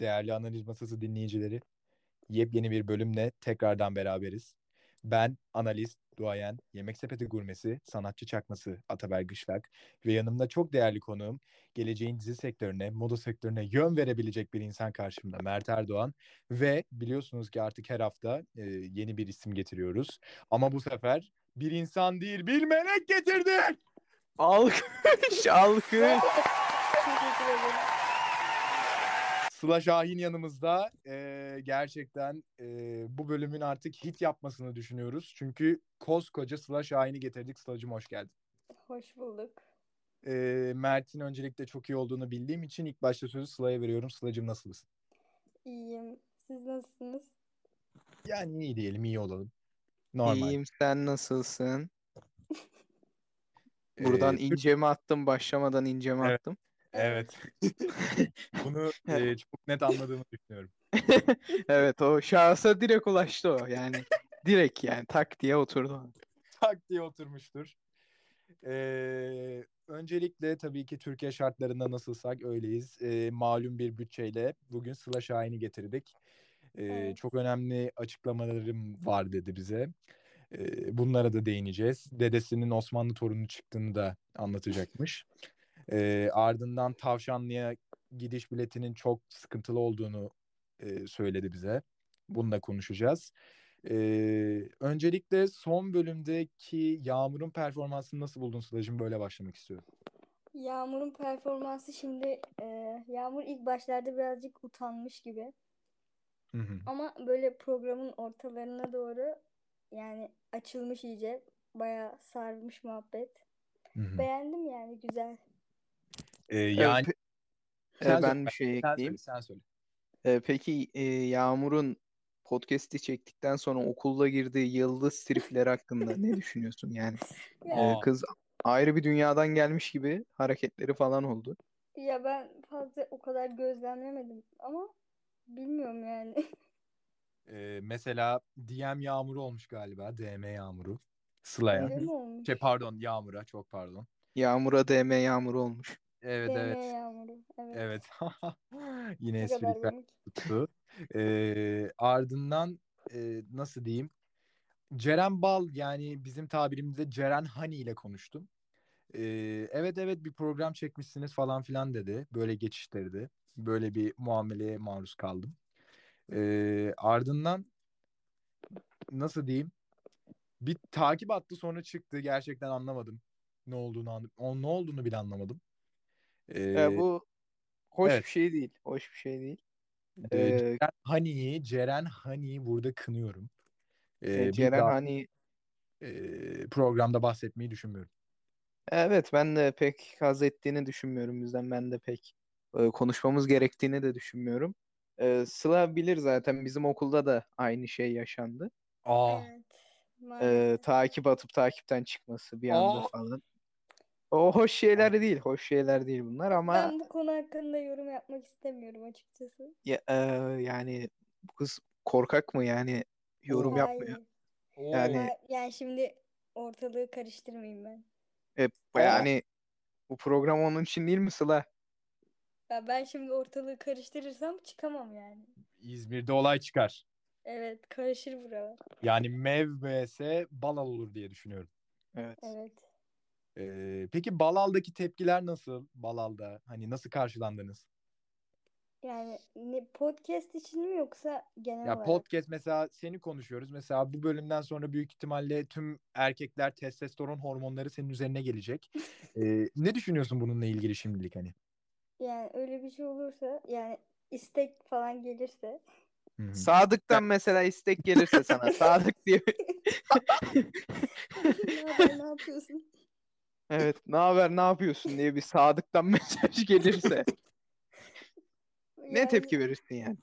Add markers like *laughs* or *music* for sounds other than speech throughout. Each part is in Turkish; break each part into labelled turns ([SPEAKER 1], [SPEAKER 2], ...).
[SPEAKER 1] değerli analiz masası dinleyicileri. Yepyeni bir bölümle tekrardan beraberiz. Ben analist, duayen, yemek sepeti gurmesi, sanatçı çakması Ataberk Gışlak ve yanımda çok değerli konuğum, geleceğin dizi sektörüne, moda sektörüne yön verebilecek bir insan karşımda Mert Erdoğan ve biliyorsunuz ki artık her hafta e, yeni bir isim getiriyoruz. Ama bu sefer bir insan değil, bir melek getirdik.
[SPEAKER 2] Alkış, alkış.
[SPEAKER 1] Sıla Şahin yanımızda. Ee, gerçekten e, bu bölümün artık hit yapmasını düşünüyoruz. Çünkü koskoca Sıla Şahin'i getirdik. Sıla'cığım hoş geldin.
[SPEAKER 3] Hoş bulduk.
[SPEAKER 1] Ee, Mert'in öncelikle çok iyi olduğunu bildiğim için ilk başta sözü Sıla'ya veriyorum. Sıla'cığım nasılsın?
[SPEAKER 3] İyiyim. Siz nasılsınız?
[SPEAKER 1] Yani iyi diyelim, iyi olalım. Normal.
[SPEAKER 2] İyiyim sen nasılsın? Buradan
[SPEAKER 1] Ee,
[SPEAKER 2] incemi attım başlamadan incemi
[SPEAKER 1] Evet.
[SPEAKER 2] attım.
[SPEAKER 3] *laughs*
[SPEAKER 1] Evet. *laughs* Bunu e, çok net anladığımı düşünüyorum.
[SPEAKER 2] Evet o şahsa direkt ulaştı o yani. direkt yani tak diye oturdu.
[SPEAKER 1] tak diye oturmuştur. Ee, öncelikle tabii ki Türkiye şartlarında nasılsak öyleyiz. Ee, malum bir bütçeyle bugün Sıla Şahin'i getirdik. Ee,
[SPEAKER 3] Evet.
[SPEAKER 1] Çok önemli açıklamalarım var dedi bize. Ee, bunlara da değineceğiz. Dedesinin Osmanlı torunu çıktığını da anlatacakmış. Ee, ardından Tavşanlı'ya gidiş biletinin çok sıkıntılı olduğunu e, söyledi bize. Bununla konuşacağız. Ee, öncelikle son bölümdeki Yağmur'un performansını nasıl buldun Sıla'cığım? Böyle başlamak istiyorum.
[SPEAKER 3] Yağmur'un performansı şimdi e, Yağmur ilk başlarda birazcık utanmış gibi.
[SPEAKER 1] Hı hı.
[SPEAKER 3] Ama böyle programın ortalarına doğru yani açılmış iyice. Baya sarmış muhabbet.
[SPEAKER 1] Hı hı.
[SPEAKER 3] Beğendim yani güzel.
[SPEAKER 1] Ee, yani
[SPEAKER 2] Ee, pe- ee,
[SPEAKER 1] Sen söyle,
[SPEAKER 2] ben bir şey
[SPEAKER 1] sen söyle,
[SPEAKER 2] ekleyeyim.
[SPEAKER 1] sen söyle.
[SPEAKER 2] Ee, peki e, Yağmur'un podcast'i çektikten sonra okulda girdiği yıldız tripleri hakkında ne düşünüyorsun yani? Ee,
[SPEAKER 3] Ya,
[SPEAKER 1] Aa.
[SPEAKER 2] kız ayrı bir dünyadan gelmiş gibi hareketleri falan oldu.
[SPEAKER 3] ya ben fazla o kadar gözlemlemedim ama bilmiyorum yani. *laughs*
[SPEAKER 1] Ee, mesela DM Yağmur'u olmuş galiba. DM Yağmur'u. Sıla'ya.
[SPEAKER 3] Öyle mi olmuş?
[SPEAKER 1] Şey pardon Yağmur'a çok pardon.
[SPEAKER 2] Yağmura DM Yağmur olmuş.
[SPEAKER 1] Evet
[SPEAKER 3] DM
[SPEAKER 1] evet.
[SPEAKER 3] Yağmur'u. Evet.
[SPEAKER 1] Evet. *laughs* Yine
[SPEAKER 3] Ne kadar
[SPEAKER 1] espri
[SPEAKER 3] komik.
[SPEAKER 1] tuttu. Ee, ardından e, nasıl diyeyim? Ceren Bal yani bizim tabirimizde Ceren Hani ile konuştum. Ee, evet evet bir program çekmişsiniz falan filan dedi. Böyle geçiştirdi. Böyle bir muameleye maruz kaldım. Ee, ardından nasıl diyeyim? Bir takip attı sonra çıktı. Gerçekten anlamadım. Ne olduğunu an- o ne olduğunu bile anlamadım. Ee,
[SPEAKER 2] Ya bu hoş
[SPEAKER 1] evet.
[SPEAKER 2] bir şey değil. Hoş bir şey değil.
[SPEAKER 1] e,
[SPEAKER 2] Ee,
[SPEAKER 1] Ceren Hani'yi Ceren Hani'yi burada kınıyorum. Ee,
[SPEAKER 2] e,
[SPEAKER 1] bir
[SPEAKER 2] Ceren
[SPEAKER 1] daha,
[SPEAKER 2] hani
[SPEAKER 1] e, programda bahsetmeyi düşünmüyorum.
[SPEAKER 2] evet ben de pek haz ettiğini düşünmüyorum. O yüzden ben de pek e, konuşmamız gerektiğini de düşünmüyorum. E, Sıla bilir zaten bizim okulda da aynı şey yaşandı.
[SPEAKER 1] Aa.
[SPEAKER 3] Evet.
[SPEAKER 2] E,
[SPEAKER 3] Maalesef.
[SPEAKER 2] takip atıp takipten çıkması bir anda
[SPEAKER 1] Aa.
[SPEAKER 2] falan. O hoş şeyler değil. Hoş şeyler değil bunlar ama
[SPEAKER 3] Ben bu konu hakkında yorum yapmak istemiyorum açıkçası.
[SPEAKER 2] ya- e, yani bu kız korkak mı yani yorum
[SPEAKER 1] Oo.
[SPEAKER 2] yapmıyor.
[SPEAKER 3] Hayır.
[SPEAKER 1] Oo.
[SPEAKER 2] Yani-
[SPEAKER 3] Ama yani şimdi ortalığı karıştırmayayım ben.
[SPEAKER 2] E,
[SPEAKER 1] Aa.
[SPEAKER 2] yani bu program onun için değil mi Sıla?
[SPEAKER 3] Ya ben şimdi ortalığı karıştırırsam çıkamam yani.
[SPEAKER 1] İzmir'de olay çıkar.
[SPEAKER 3] Evet, karışır buralar.
[SPEAKER 1] Yani Mev vs Balal olur diye düşünüyorum.
[SPEAKER 2] Evet.
[SPEAKER 3] Evet.
[SPEAKER 1] Ee, peki Balal'daki tepkiler nasıl? Balal'da hani nasıl karşılandınız?
[SPEAKER 3] Yani ne podcast için mi yoksa genel
[SPEAKER 1] Ya
[SPEAKER 3] olarak?
[SPEAKER 1] podcast mesela seni konuşuyoruz. Mesela bu bölümden sonra büyük ihtimalle tüm erkekler testosteron hormonları senin üzerine gelecek. Ee, ne düşünüyorsun bununla ilgili şimdilik hani?
[SPEAKER 3] Yani öyle bir şey olursa yani istek falan gelirse. *laughs*
[SPEAKER 1] Hı hı.
[SPEAKER 2] Sadık'tan mesela istek gelirse sana. *laughs* Sadık diye.
[SPEAKER 3] ne haber, ne yapıyorsun?
[SPEAKER 2] Evet, ne haber, ne yapıyorsun diye bir Sadık'tan *laughs* mesaj
[SPEAKER 3] *laughs*
[SPEAKER 2] gelirse ne
[SPEAKER 3] Yani
[SPEAKER 2] tepki verirsin yani?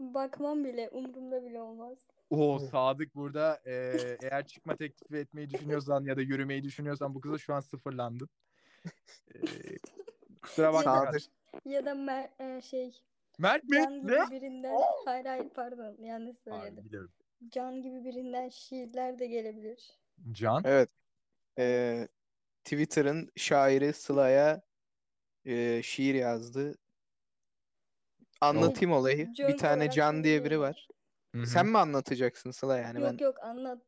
[SPEAKER 3] Bakmam bile, umurumda bile olmaz.
[SPEAKER 1] Oo Sadık burada e,
[SPEAKER 2] *laughs*
[SPEAKER 1] eğer çıkma teklifi etmeyi düşünüyorsan ya da yürümeyi düşünüyorsan bu kıza şu an sıfırlandın. Ee, kusura bakma.
[SPEAKER 2] Sadık.
[SPEAKER 1] kardeşim.
[SPEAKER 3] Ya da Mer- e, şey
[SPEAKER 1] Mert mi?
[SPEAKER 3] Can
[SPEAKER 1] Ne?
[SPEAKER 3] gibi birinden hayır hayır pardon yanlış
[SPEAKER 1] Abi,
[SPEAKER 3] söyledim.
[SPEAKER 1] biliyorum.
[SPEAKER 3] Can gibi birinden şiirler de gelebilir.
[SPEAKER 1] Can.
[SPEAKER 2] Evet. Ee, Twitter'ın şairi Sıla'ya e, şiir yazdı. Anlatayım olayı.
[SPEAKER 3] John
[SPEAKER 2] Bir tane
[SPEAKER 3] olarak
[SPEAKER 2] Can diye biri
[SPEAKER 3] tanıyorum.
[SPEAKER 2] var.
[SPEAKER 1] Hı hı.
[SPEAKER 2] Sen mi anlatacaksın Sıla yani? Ben
[SPEAKER 3] Yok yok anlat.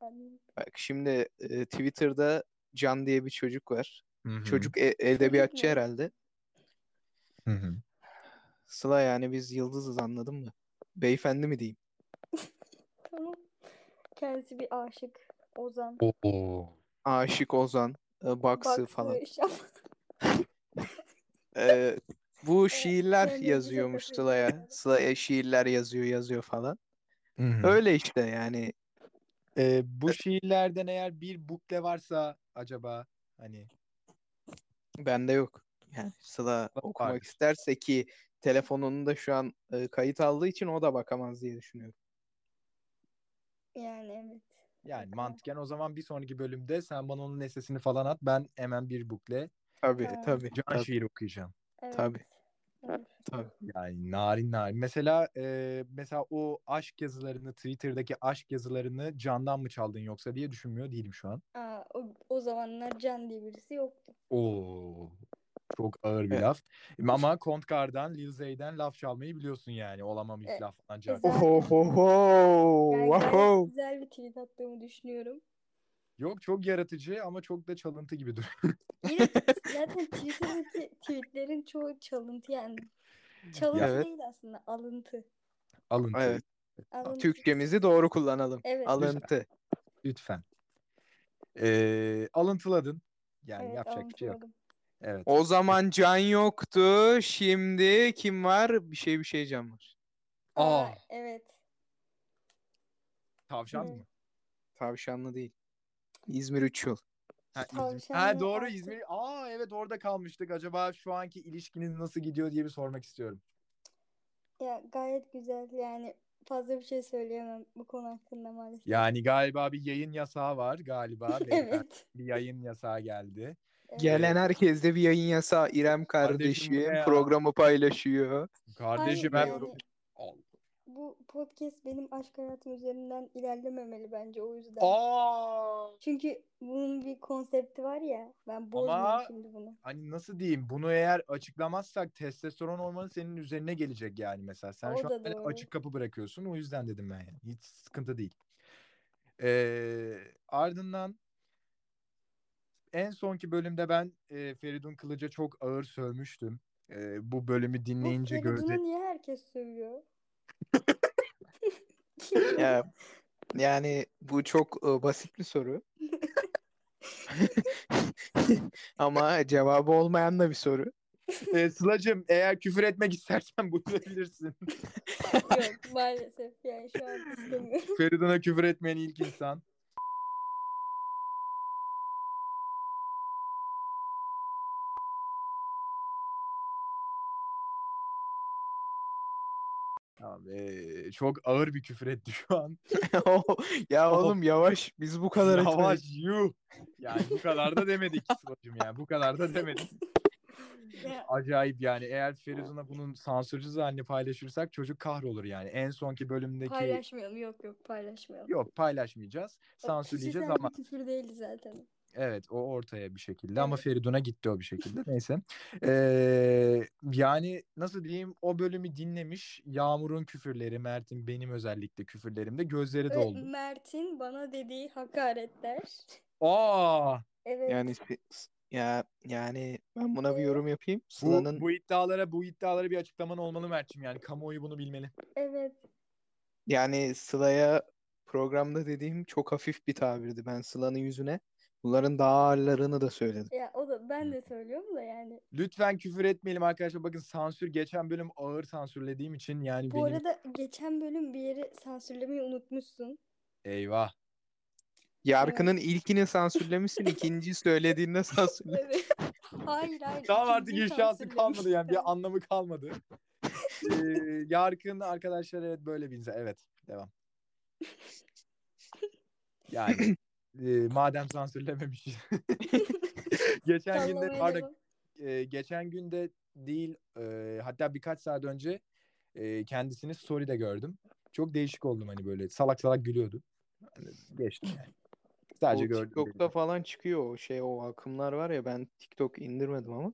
[SPEAKER 3] anlat.
[SPEAKER 2] bak şimdi e, Twitter'da Can diye bir çocuk var.
[SPEAKER 1] Hı hı.
[SPEAKER 2] Çocuk e- edebiyatçı
[SPEAKER 3] mu?
[SPEAKER 2] herhalde.
[SPEAKER 1] Hı hı.
[SPEAKER 2] Sıla yani biz yıldızız anladın mı? Beyefendi mi diyeyim?
[SPEAKER 3] Tamam. Kendisi bir aşık. Ozan.
[SPEAKER 1] Oo.
[SPEAKER 2] Aşık Ozan, e, Baksı
[SPEAKER 3] *laughs*
[SPEAKER 2] falan. *laughs*
[SPEAKER 3] Şam.
[SPEAKER 2] Ee, bu şiirler
[SPEAKER 3] kendimize
[SPEAKER 2] yazıyormuş
[SPEAKER 3] takılıyoruz.
[SPEAKER 2] Sıla'ya. Sıla e, şiirler yazıyor, yazıyor falan.
[SPEAKER 1] Hı hı.
[SPEAKER 2] Öyle işte yani.
[SPEAKER 1] Ee, bu şiirlerden eğer bir bukle varsa acaba hani
[SPEAKER 2] Bende yok. Yani Sıla okumak
[SPEAKER 1] Vardır.
[SPEAKER 2] isterse ki telefonunu da şu an e, kayıt aldığı için o da bakamaz diye düşünüyorum.
[SPEAKER 3] Yani evet.
[SPEAKER 1] yani
[SPEAKER 3] Bakalım.
[SPEAKER 1] mantıken o zaman bir sonraki bölümde sen bana onun esesini falan at ben hemen bir bukle
[SPEAKER 2] Tabii,
[SPEAKER 3] Tamam.
[SPEAKER 2] tabii,
[SPEAKER 1] can
[SPEAKER 2] tabii,
[SPEAKER 1] şiiri okuyacağım.
[SPEAKER 3] Evet.
[SPEAKER 2] Tabii.
[SPEAKER 3] Olur.
[SPEAKER 2] tabii.
[SPEAKER 1] Yani narin narin. Mesela e, mesela o aşk yazılarını Twitter'daki aşk yazılarını candan mı çaldın yoksa diye düşünmüyor değilim şu an.
[SPEAKER 3] Aa, o, o zamanlar Can diye birisi yoktu.
[SPEAKER 1] Oo. Çok ağır bir
[SPEAKER 2] Evet.
[SPEAKER 1] laf. Ama Kontkar'dan, Lil Zey'den laf çalmayı biliyorsun yani. Olamam
[SPEAKER 3] E,
[SPEAKER 1] ilk laf falan
[SPEAKER 3] güzel.
[SPEAKER 1] can.
[SPEAKER 2] Oho, oho,
[SPEAKER 3] Yani gayet
[SPEAKER 2] oho.
[SPEAKER 3] güzel bir tweet attığımı düşünüyorum.
[SPEAKER 1] Yok çok yaratıcı ama çok da çalıntı gibi duruyor. *laughs*
[SPEAKER 3] Yine zaten Twitter'daki tweetlerin çoğu çalıntı yani. Çalıntı
[SPEAKER 2] Evet.
[SPEAKER 3] değil aslında alıntı.
[SPEAKER 1] Alıntı.
[SPEAKER 2] Evet,
[SPEAKER 3] Alıntı.
[SPEAKER 2] Türkçemizi doğru kullanalım.
[SPEAKER 3] Evet.
[SPEAKER 2] Alıntı.
[SPEAKER 1] Lütfen. Ee, alıntıladın. Yani
[SPEAKER 3] Evet,
[SPEAKER 1] yapacak bir şey yok.
[SPEAKER 3] alıntı
[SPEAKER 1] Evet.
[SPEAKER 2] O zaman can yoktu. Şimdi kim var? Bir şey bir şey can var.
[SPEAKER 3] Aa,
[SPEAKER 1] Aa.
[SPEAKER 3] evet.
[SPEAKER 1] Tavşan
[SPEAKER 3] Evet.
[SPEAKER 1] mı?
[SPEAKER 2] Tavşanlı değil. İzmir 3 yıl.
[SPEAKER 1] Ha, İzmir.
[SPEAKER 3] Tavşan
[SPEAKER 1] Ha,
[SPEAKER 3] ve
[SPEAKER 1] doğru
[SPEAKER 3] altı.
[SPEAKER 1] İzmir. Aa evet orada kalmıştık. Acaba şu anki ilişkiniz nasıl gidiyor diye bir sormak istiyorum.
[SPEAKER 3] Ya gayet güzel yani fazla bir şey söyleyemem bu konu hakkında maalesef.
[SPEAKER 1] Yani galiba bir yayın yasağı var galiba. Beyefendi,
[SPEAKER 3] Evet.
[SPEAKER 1] Bir yayın yasağı geldi.
[SPEAKER 3] evet.
[SPEAKER 2] Gelen herkes de bir yayın yasağı. İrem
[SPEAKER 1] Kardeşim
[SPEAKER 2] kardeşim,
[SPEAKER 1] bu ne ya?
[SPEAKER 2] programı paylaşıyor.
[SPEAKER 1] Kardeşim
[SPEAKER 3] Hayır,
[SPEAKER 1] ben...
[SPEAKER 3] yani
[SPEAKER 1] Al.
[SPEAKER 3] bu podcast benim aşk hayatım üzerinden ilerlememeli bence o yüzden.
[SPEAKER 1] Aa!
[SPEAKER 3] Çünkü bunun bir konsepti var ya ben bozmayayım şimdi bunu.
[SPEAKER 1] Hani nasıl diyeyim? Bunu eğer açıklamazsak testosteron hormonu senin üzerine gelecek yani mesela. Sen
[SPEAKER 3] O
[SPEAKER 1] şu
[SPEAKER 3] da
[SPEAKER 1] an bana
[SPEAKER 3] doğru.
[SPEAKER 1] açık kapı bırakıyorsun. O yüzden dedim ben yani. Hiç sıkıntı değil. Ee, ardından en sonki bölümde ben e, Feridun Kılıç'a çok ağır sövmüştüm. E, bu bölümü
[SPEAKER 3] Bu
[SPEAKER 1] dinleyince
[SPEAKER 3] Feridun'u
[SPEAKER 1] gördüm.
[SPEAKER 3] niye herkes
[SPEAKER 1] *laughs*
[SPEAKER 3] sövüyor? *laughs* Kim?
[SPEAKER 2] Ya, yani bu çok e, basit
[SPEAKER 1] *laughs*
[SPEAKER 2] bir soru. Ama cevabı olmayan da bir soru. *laughs*
[SPEAKER 1] E, Sıla'cığım eğer küfür etmek *laughs* istersen buyurabilirsin.
[SPEAKER 3] *laughs* Yok maalesef yani şu an istemiyorum.
[SPEAKER 1] Feridun'a küfür etmeyen ilk insan. Tamam, e, çok ağır bir küfür etti şu an.
[SPEAKER 2] ya oğlum yavaş. Biz bu kadar
[SPEAKER 1] Yavaş
[SPEAKER 2] etmedik.
[SPEAKER 1] yuh. Yani bu kadar da demedik Sıla'cığım yani bu kadar da demedik.
[SPEAKER 3] Ya,
[SPEAKER 1] Acayip yani eğer Feridun'a bunun sansürsüz halini paylaşırsak çocuk kahrolur yani. En sonki bölümdeki
[SPEAKER 3] paylaşmayalım yok yok paylaşmayalım.
[SPEAKER 1] yok paylaşmayacağız. Sansürleyeceğiz
[SPEAKER 3] Kişisel
[SPEAKER 1] ama
[SPEAKER 3] bir şey küfür değil zaten.
[SPEAKER 1] Evet o ortaya bir şekilde ama
[SPEAKER 3] Evet.
[SPEAKER 1] Feridun'a gitti o bir
[SPEAKER 3] *laughs*
[SPEAKER 1] şekilde neyse. Ee, yani nasıl diyeyim o bölümü dinlemiş Yağmur'un küfürleri Mert'in benim özellikle küfürlerimde gözleri
[SPEAKER 3] Ve
[SPEAKER 1] doldu.
[SPEAKER 3] Mert'in bana dediği hakaretler.
[SPEAKER 1] Aa
[SPEAKER 3] Evet.
[SPEAKER 2] Yani si- s- ya yani ben buna bir yorum yapayım.
[SPEAKER 1] bu,
[SPEAKER 2] Sıla'nın
[SPEAKER 1] bu iddialara bu iddialara bir açıklaman olmalı Mert'cim yani kamuoyu bunu bilmeli.
[SPEAKER 3] Evet.
[SPEAKER 2] Yani Sıla'ya programda dediğim çok hafif bir tabirdi. Ben Sıla'nın yüzüne bunların daha ağırlarını da söyledim.
[SPEAKER 3] Ya o da ben de söylüyorum da yani.
[SPEAKER 1] Lütfen küfür etmeyelim arkadaşlar bakın sansür geçen bölüm ağır sansürlediğim için yani
[SPEAKER 3] Bu
[SPEAKER 1] benim
[SPEAKER 3] arada geçen bölüm bir yeri sansürlemeyi unutmuşsun.
[SPEAKER 1] eyvah.
[SPEAKER 2] Yarkının ilkini sansürlemişsin, ikinciyi söylediğinde sansürle.
[SPEAKER 3] Evet. *laughs* Hayır hayır.
[SPEAKER 1] Tamam artık
[SPEAKER 3] ikinciyi
[SPEAKER 1] inşası kalmadı yani
[SPEAKER 3] *laughs* sansürlemiştim.
[SPEAKER 1] bir anlamı kalmadı. ee, Yarkın arkadaşlar evet böyle bir insan. Evet devam. Yani e, madem sansürlememiş. *laughs* geçen gün de
[SPEAKER 3] Sallamaya
[SPEAKER 1] pardon
[SPEAKER 3] devam.
[SPEAKER 1] e, geçen gün de değil e, hatta birkaç saat önce e, kendisini story'de gördüm. Çok değişik oldum hani böyle salak salak gülüyordu. Hani geçtim yani. *laughs* Sadece
[SPEAKER 2] O
[SPEAKER 1] gördüm.
[SPEAKER 2] TikTok'ta falan çıkıyor o şey o akımlar var ya ben TikTok indirmedim ama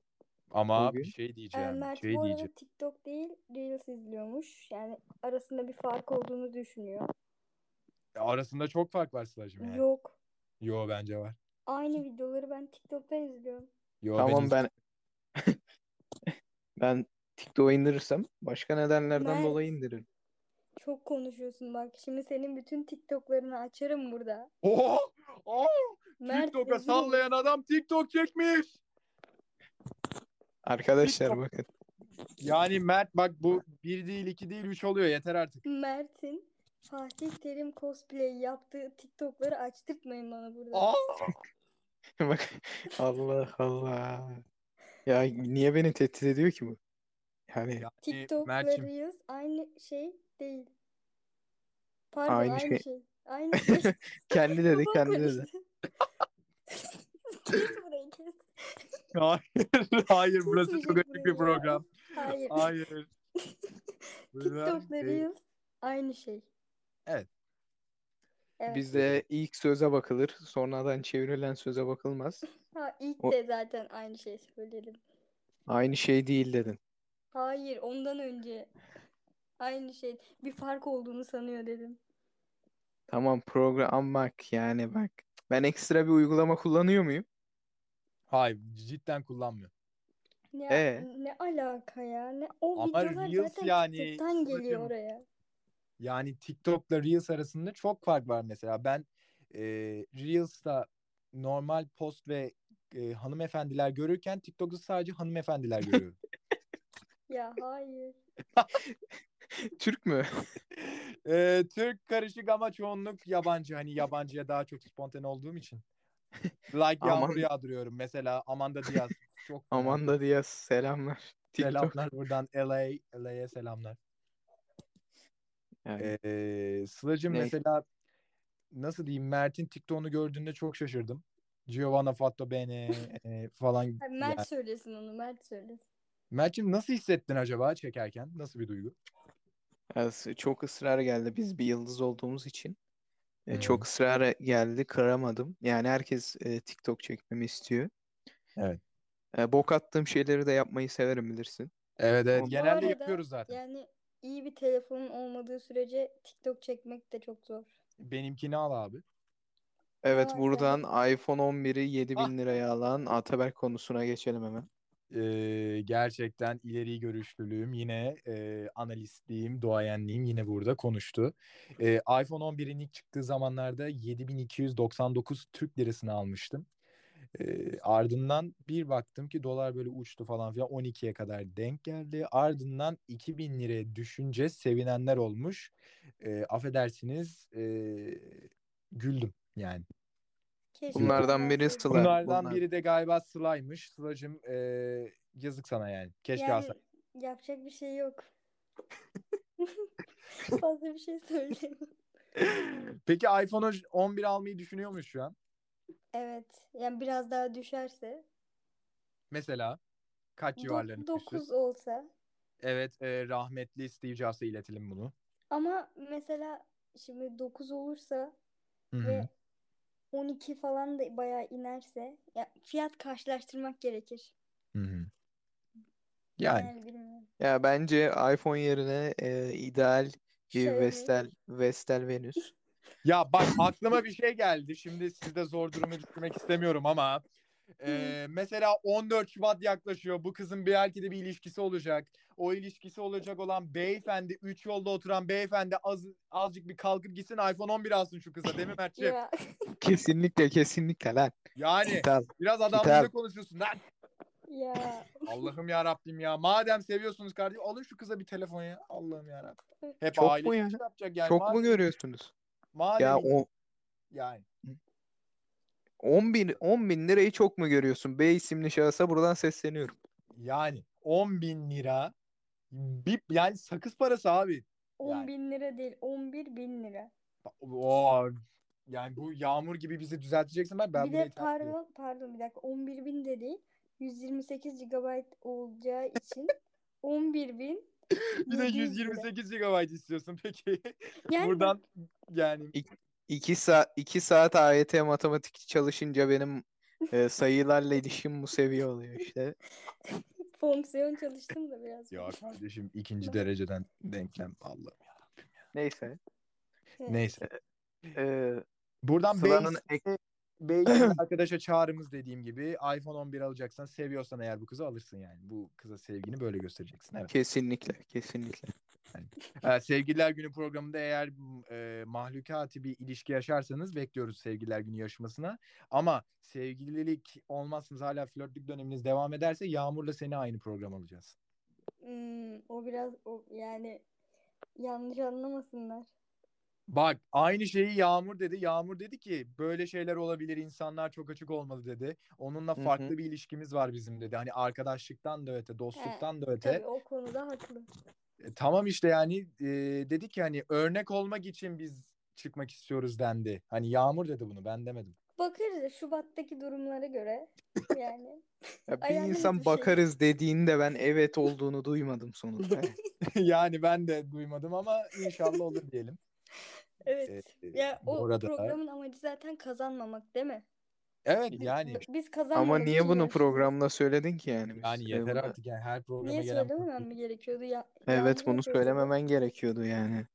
[SPEAKER 1] Ama
[SPEAKER 2] Bugün-
[SPEAKER 1] bir şey
[SPEAKER 3] Ee,
[SPEAKER 1] diyeceğim. bir
[SPEAKER 3] Mert
[SPEAKER 1] şey
[SPEAKER 3] bu arada
[SPEAKER 1] diyeceğim.
[SPEAKER 3] TikTok değil Reels Angels izliyormuş. Yani arasında bir fark olduğunu düşünüyor.
[SPEAKER 1] Ya Arasında çok fark var Sıla'cığım yani. Yo.
[SPEAKER 3] Yok.
[SPEAKER 1] bence var.
[SPEAKER 3] Aynı videoları ben TikTok'tan izliyorum.
[SPEAKER 1] Yo
[SPEAKER 2] Tamam
[SPEAKER 1] iz- *laughs*
[SPEAKER 2] ben *laughs* ben TikTok'a indirirsem başka nedenlerden
[SPEAKER 3] Ben-
[SPEAKER 2] dolayı indiririm.
[SPEAKER 3] Çok konuşuyorsun bak. Şimdi senin bütün TikTok'larını açarım burada.
[SPEAKER 1] Oho! Oh!
[SPEAKER 3] Mert
[SPEAKER 1] TikTok'a
[SPEAKER 3] rezil
[SPEAKER 1] sallayan adam TikTok çekmiş.
[SPEAKER 2] Arkadaşlar
[SPEAKER 1] TikTok.
[SPEAKER 2] bakın. *laughs*
[SPEAKER 1] Yani Mert bak bu bir değil iki değil üç oluyor yeter artık.
[SPEAKER 3] Mert'in Fatih Terim cosplay yaptığı TikTok'ları açtırtmayın bana burada.
[SPEAKER 1] Aa!
[SPEAKER 2] Bak Allah Allah. Ya niye beni tehdit ediyor ki bu? Yani
[SPEAKER 1] Yani Mert'cim
[SPEAKER 3] TikTok'larıyız. Aynı şey değil. Pardon
[SPEAKER 2] Aynı
[SPEAKER 3] aynı,
[SPEAKER 2] şey.
[SPEAKER 3] şey.
[SPEAKER 2] *laughs*
[SPEAKER 3] Aynı şey.
[SPEAKER 2] kendi dedi
[SPEAKER 3] Kafam
[SPEAKER 2] kendi dedi.
[SPEAKER 3] karıştı. *laughs* Kes burayı kes.
[SPEAKER 1] *laughs* hayır hayır burası çok
[SPEAKER 3] Kesmeyecek
[SPEAKER 1] açık bir
[SPEAKER 3] burayı.
[SPEAKER 1] program.
[SPEAKER 3] Hayır. *laughs*
[SPEAKER 1] Hayır. Burası- şey.
[SPEAKER 3] TikTok'larıyız. Aynı şey.
[SPEAKER 1] Evet.
[SPEAKER 3] Evet.
[SPEAKER 2] Bizde ilk söze bakılır, sonradan çevrilen söze bakılmaz.
[SPEAKER 3] Ha, ilk
[SPEAKER 2] O-
[SPEAKER 3] de zaten aynı şey söyledim.
[SPEAKER 2] Aynı şey değil dedin.
[SPEAKER 3] Hayır, ondan önce aynı şey. Bir fark olduğunu sanıyor dedim.
[SPEAKER 2] Tamam program bak yani bak. Ben ekstra bir uygulama kullanıyor muyum?
[SPEAKER 1] Hayır cidden kullanmıyor.
[SPEAKER 3] Ne,
[SPEAKER 2] Ee?
[SPEAKER 3] ne alaka ya? Ne, o
[SPEAKER 1] E? Ama
[SPEAKER 3] videolar
[SPEAKER 1] Reels
[SPEAKER 3] zaten
[SPEAKER 1] yani,
[SPEAKER 3] TikTok'tan geliyor
[SPEAKER 1] Sıla'cığım.
[SPEAKER 3] oraya.
[SPEAKER 1] Yani TikTok'la Reels arasında çok fark var mesela. Ben e, Reels'ta normal post ve e, hanımefendiler görürken TikTok'ta sadece hanımefendiler görüyorum.
[SPEAKER 3] Ya hayır.
[SPEAKER 2] Türk mü?
[SPEAKER 1] *laughs*
[SPEAKER 2] *laughs*
[SPEAKER 1] E, Türk karışık ama çoğunluk yabancı. Hani yabancıya daha çok spontane olduğum için. Like
[SPEAKER 2] Aman.
[SPEAKER 1] yağmur yağdırıyorum. Mesela Amanda Diaz. Çok fena.
[SPEAKER 2] *laughs* Amanda Diaz selamlar. TikTok.
[SPEAKER 1] Selamlar buradan LA, LA'ye selamlar.
[SPEAKER 2] Yani
[SPEAKER 1] Ee, Sıla'cığım
[SPEAKER 2] Ne?
[SPEAKER 1] mesela nasıl diyeyim Mert'in TikTok'unu gördüğümde çok şaşırdım. Giovanna Fatto
[SPEAKER 2] *laughs*
[SPEAKER 1] Bene e, falan.
[SPEAKER 3] Ha, Mert
[SPEAKER 1] Yani.
[SPEAKER 3] söylesin onu, Mert söylesin.
[SPEAKER 1] Mert'cim nasıl hissettin acaba çekerken? Nasıl bir duygu?
[SPEAKER 2] az- çok ısrar geldi biz bir yıldız olduğumuz için. E,
[SPEAKER 1] Hı.
[SPEAKER 2] çok ısrar geldi, kıramadım. Yani herkes e, TikTok çekmemi istiyor.
[SPEAKER 1] Evet.
[SPEAKER 2] E, bok attığım şeyleri de yapmayı severim bilirsin.
[SPEAKER 1] Evet evet
[SPEAKER 2] Bu
[SPEAKER 1] genelde
[SPEAKER 3] arada-
[SPEAKER 1] yapıyoruz zaten.
[SPEAKER 3] Yani iyi bir telefonun olmadığı sürece TikTok çekmek de çok zor.
[SPEAKER 1] Benimkini al abi.
[SPEAKER 2] Evet
[SPEAKER 3] Aa,
[SPEAKER 2] buradan iPhone 11'i 7000 liraya alan Ataberk konusuna geçelim hemen.
[SPEAKER 1] Ee, gerçekten ileri görüşlülüğüm yine e, analistliğim, duayenliğim yine burada konuştu. Ee, iPhone 11'in ilk çıktığı zamanlarda 7299 Türk lirasını almıştım. Ee, ardından bir baktım ki dolar böyle uçtu falan filan 12'ye kadar denk geldi. Ardından 2000 liraya düşünce sevinenler olmuş. Ee, affedersiniz ee, güldüm yani.
[SPEAKER 3] Keşke
[SPEAKER 2] Bunlardan
[SPEAKER 3] ben
[SPEAKER 2] biri
[SPEAKER 3] olsaydım.
[SPEAKER 2] Sıla.
[SPEAKER 1] Bunlardan
[SPEAKER 2] bunlar.
[SPEAKER 1] biri de galiba Sıla'ymış. Sıla'cığım ee, yazık sana yani. Keşke
[SPEAKER 3] Yani
[SPEAKER 1] alsa.
[SPEAKER 3] yapacak bir
[SPEAKER 1] *laughs*
[SPEAKER 3] şey yok. *laughs* Fazla bir şey söyleyemem.
[SPEAKER 1] Peki iPhone 11 almayı düşünüyor muyuz şu an?
[SPEAKER 3] Evet. Yani biraz daha düşerse.
[SPEAKER 1] Mesela kaç civarlarında?
[SPEAKER 3] 9 olsa.
[SPEAKER 1] Evet, e, rahmetli Steve Jobs'a iletelim bunu.
[SPEAKER 3] Ama mesela şimdi 9 olursa
[SPEAKER 1] Hı hı.
[SPEAKER 3] ve 12 falan da bayağı inerse ya fiyat karşılaştırmak gerekir.
[SPEAKER 1] Hı hı. Yani
[SPEAKER 3] Yani bilmiyorum.
[SPEAKER 2] Ya bence iPhone yerine e, ideal bir
[SPEAKER 3] Xiaomi.
[SPEAKER 2] Vestel Vestel Venüs.
[SPEAKER 1] ya bak aklıma bir şey geldi. Şimdi siz de zor duruma düşürmek istemiyorum ama e, mesela 14 Şubat yaklaşıyor. Bu kızın belki de bir ilişkisi olacak. O ilişkisi olacak olan beyefendi, üç yolda oturan beyefendi az, azıcık bir kalkıp gitsin iPhone 11 alsın şu kıza değil mi Mertciğim?
[SPEAKER 3] Ya
[SPEAKER 2] Kesinlikle kesinlikle lan.
[SPEAKER 1] Yani
[SPEAKER 2] İthal.
[SPEAKER 1] biraz adamlarla
[SPEAKER 2] Tamam.
[SPEAKER 1] konuşuyorsun lan.
[SPEAKER 3] *laughs*
[SPEAKER 1] *laughs*
[SPEAKER 3] ya
[SPEAKER 1] Allah'ım ya Rabbim ya. Madem seviyorsunuz kardeşim alın şu kıza bir telefon ya. Allah'ım ya Rabbim. Hep
[SPEAKER 2] Çok
[SPEAKER 1] aile
[SPEAKER 2] mu ya?
[SPEAKER 1] işi yapacak yani.
[SPEAKER 2] Çok mu
[SPEAKER 1] madem,
[SPEAKER 2] görüyorsunuz?
[SPEAKER 1] madem
[SPEAKER 2] Ya o
[SPEAKER 1] yani.
[SPEAKER 2] 10 bin 10 bin lirayı çok mu görüyorsun? B isimli şahsa buradan sesleniyorum.
[SPEAKER 1] Yani 10 bin lira bir yani sakız parası abi.
[SPEAKER 3] 10
[SPEAKER 1] Yani.
[SPEAKER 3] bin lira değil 11 bin lira.
[SPEAKER 1] Oo, yani bu yağmur gibi bizi düzelteceksin ben ben
[SPEAKER 3] bir
[SPEAKER 1] buna
[SPEAKER 3] de
[SPEAKER 1] itiraz ediyorum.
[SPEAKER 3] pardon pardon bir dakika 11 bin de değil 128 GB olacağı için 11 bin
[SPEAKER 1] Bir de 128 GB istiyorsun peki.
[SPEAKER 3] yani
[SPEAKER 1] *laughs* Buradan yani
[SPEAKER 2] 2 saat 2 saat AYT matematik çalışınca benim e, sayılarla ilişkim bu seviye oluyor işte.
[SPEAKER 3] bak, Fonksiyon çalıştım da biraz. *laughs*
[SPEAKER 1] Ya kardeşim ikinci dereceden denklem Allah'ım ya.
[SPEAKER 2] Neyse.
[SPEAKER 3] Evet.
[SPEAKER 1] Neyse.
[SPEAKER 2] Ee,
[SPEAKER 1] Buradan
[SPEAKER 2] Sıla'nın ek-
[SPEAKER 1] Bey'in
[SPEAKER 2] *clears throat*
[SPEAKER 1] arkadaşa çağrımız dediğim gibi iPhone 11 alacaksan seviyorsan eğer bu kızı alırsın yani. Bu kıza sevgini böyle göstereceksin. Evet.
[SPEAKER 2] kesinlikle kesinlikle.
[SPEAKER 1] Ee, Sevgililer Günü programında eğer e, mahlukati bir ilişki yaşarsanız bekliyoruz Sevgililer Günü yarışmasına. Ama sevgililik olmazsınız hala flörtlük döneminiz devam ederse Yağmur'la seni aynı program alacağız.
[SPEAKER 3] Hmm, o biraz o yani yanlış anlamasınlar.
[SPEAKER 1] Bak aynı şeyi Yağmur dedi. Yağmur dedi ki böyle şeyler olabilir insanlar çok açık olmalı dedi. Onunla
[SPEAKER 2] Hı hı.
[SPEAKER 1] farklı bir ilişkimiz var bizim dedi. Hani arkadaşlıktan da öte, dostluktan da öte.
[SPEAKER 3] Tabii o konuda haklı.
[SPEAKER 1] E, tamam işte yani e, dedik yani örnek olmak için biz çıkmak istiyoruz dendi. Hani Yağmur dedi bunu ben demedim. *laughs*
[SPEAKER 3] Bakarız Şubat'taki
[SPEAKER 2] *laughs*
[SPEAKER 3] durumlara göre yani.
[SPEAKER 2] Ya bir
[SPEAKER 3] Ayağımın
[SPEAKER 2] insan
[SPEAKER 3] ucu şey.
[SPEAKER 2] bakarız dediğinde ben evet olduğunu duymadım sonunda.
[SPEAKER 1] yani ben de duymadım ama inşallah olur diyelim.
[SPEAKER 3] Evet.
[SPEAKER 1] Ee,
[SPEAKER 3] Ya
[SPEAKER 1] bu
[SPEAKER 3] o
[SPEAKER 1] arada-
[SPEAKER 3] programın amacı zaten kazanmamak değil mi?
[SPEAKER 1] Evet
[SPEAKER 2] Biz-
[SPEAKER 1] yani
[SPEAKER 3] Biz kazanmamak
[SPEAKER 2] Ama niye
[SPEAKER 3] için
[SPEAKER 2] bunu
[SPEAKER 3] yarışıyoruz.
[SPEAKER 2] programda söyledin ki yani? Biz,
[SPEAKER 1] yani
[SPEAKER 2] e,
[SPEAKER 1] yeter
[SPEAKER 2] bunu-
[SPEAKER 1] artık yani her programa
[SPEAKER 3] Niye
[SPEAKER 1] gelen
[SPEAKER 3] söylememem mi gerekiyordu? Ya,
[SPEAKER 2] Evet
[SPEAKER 3] Yağmur da
[SPEAKER 2] bunu
[SPEAKER 3] söyledi.
[SPEAKER 2] söylememen gerekiyordu yani.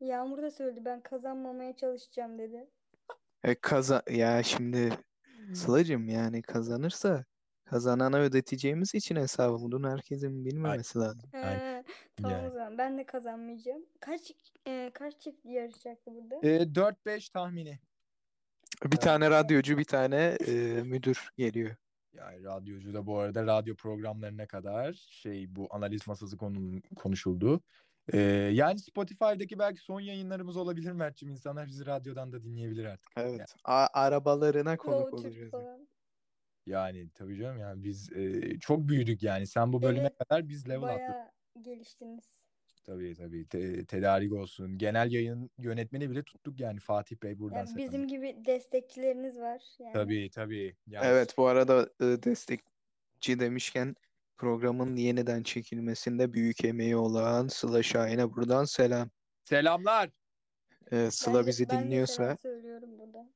[SPEAKER 3] Yağmur da söyledi ben kazanmamaya çalışacağım dedi.
[SPEAKER 2] E, kaza ya şimdi Sıla'cığım yani kazanırsa kazanana ödeteceğimiz için hesabı bunu herkesin bilmemesi lazım.
[SPEAKER 3] He,
[SPEAKER 1] Ay,
[SPEAKER 3] tamam
[SPEAKER 1] yani.
[SPEAKER 3] o zaman ben de kazanmayacağım. Kaç e, kaç çift yarışacaktı burada?
[SPEAKER 1] E, 4-5 tahmini.
[SPEAKER 2] Bir tane radyocu bir tane e, müdür geliyor.
[SPEAKER 1] Yani radyocu da bu arada radyo programlarına kadar şey bu analiz masası konum, konuşuldu. E, yani Spotify'daki belki son yayınlarımız olabilir Mert'cim. İnsanlar bizi radyodan da dinleyebilir artık.
[SPEAKER 2] Evet. A- arabalarına konuk
[SPEAKER 3] Low tip
[SPEAKER 2] olacağız.
[SPEAKER 3] falan.
[SPEAKER 1] Yani tabii canım yani biz e, çok büyüdük yani. Sen bu bölüme
[SPEAKER 3] Evet,
[SPEAKER 1] kadar biz level atladık.
[SPEAKER 3] Bayağı geliştiniz.
[SPEAKER 1] Tabii tabii. Te- tedarik olsun. Genel yayın yönetmeni bile tuttuk yani Fatih Bey buradan
[SPEAKER 3] Yani
[SPEAKER 1] selam.
[SPEAKER 3] bizim gibi destekçileriniz var. Yani.
[SPEAKER 1] Tabii tabii. Yani
[SPEAKER 2] Evet bu arada e, destekçi demişken programın yeniden çekilmesinde büyük emeği olan Sıla Şahin'e buradan selam.
[SPEAKER 1] Selamlar.
[SPEAKER 2] E,
[SPEAKER 3] Ben
[SPEAKER 2] Sıla
[SPEAKER 3] de-
[SPEAKER 2] bizi
[SPEAKER 3] ben de
[SPEAKER 2] dinliyorsa
[SPEAKER 3] selam söylüyorum burada.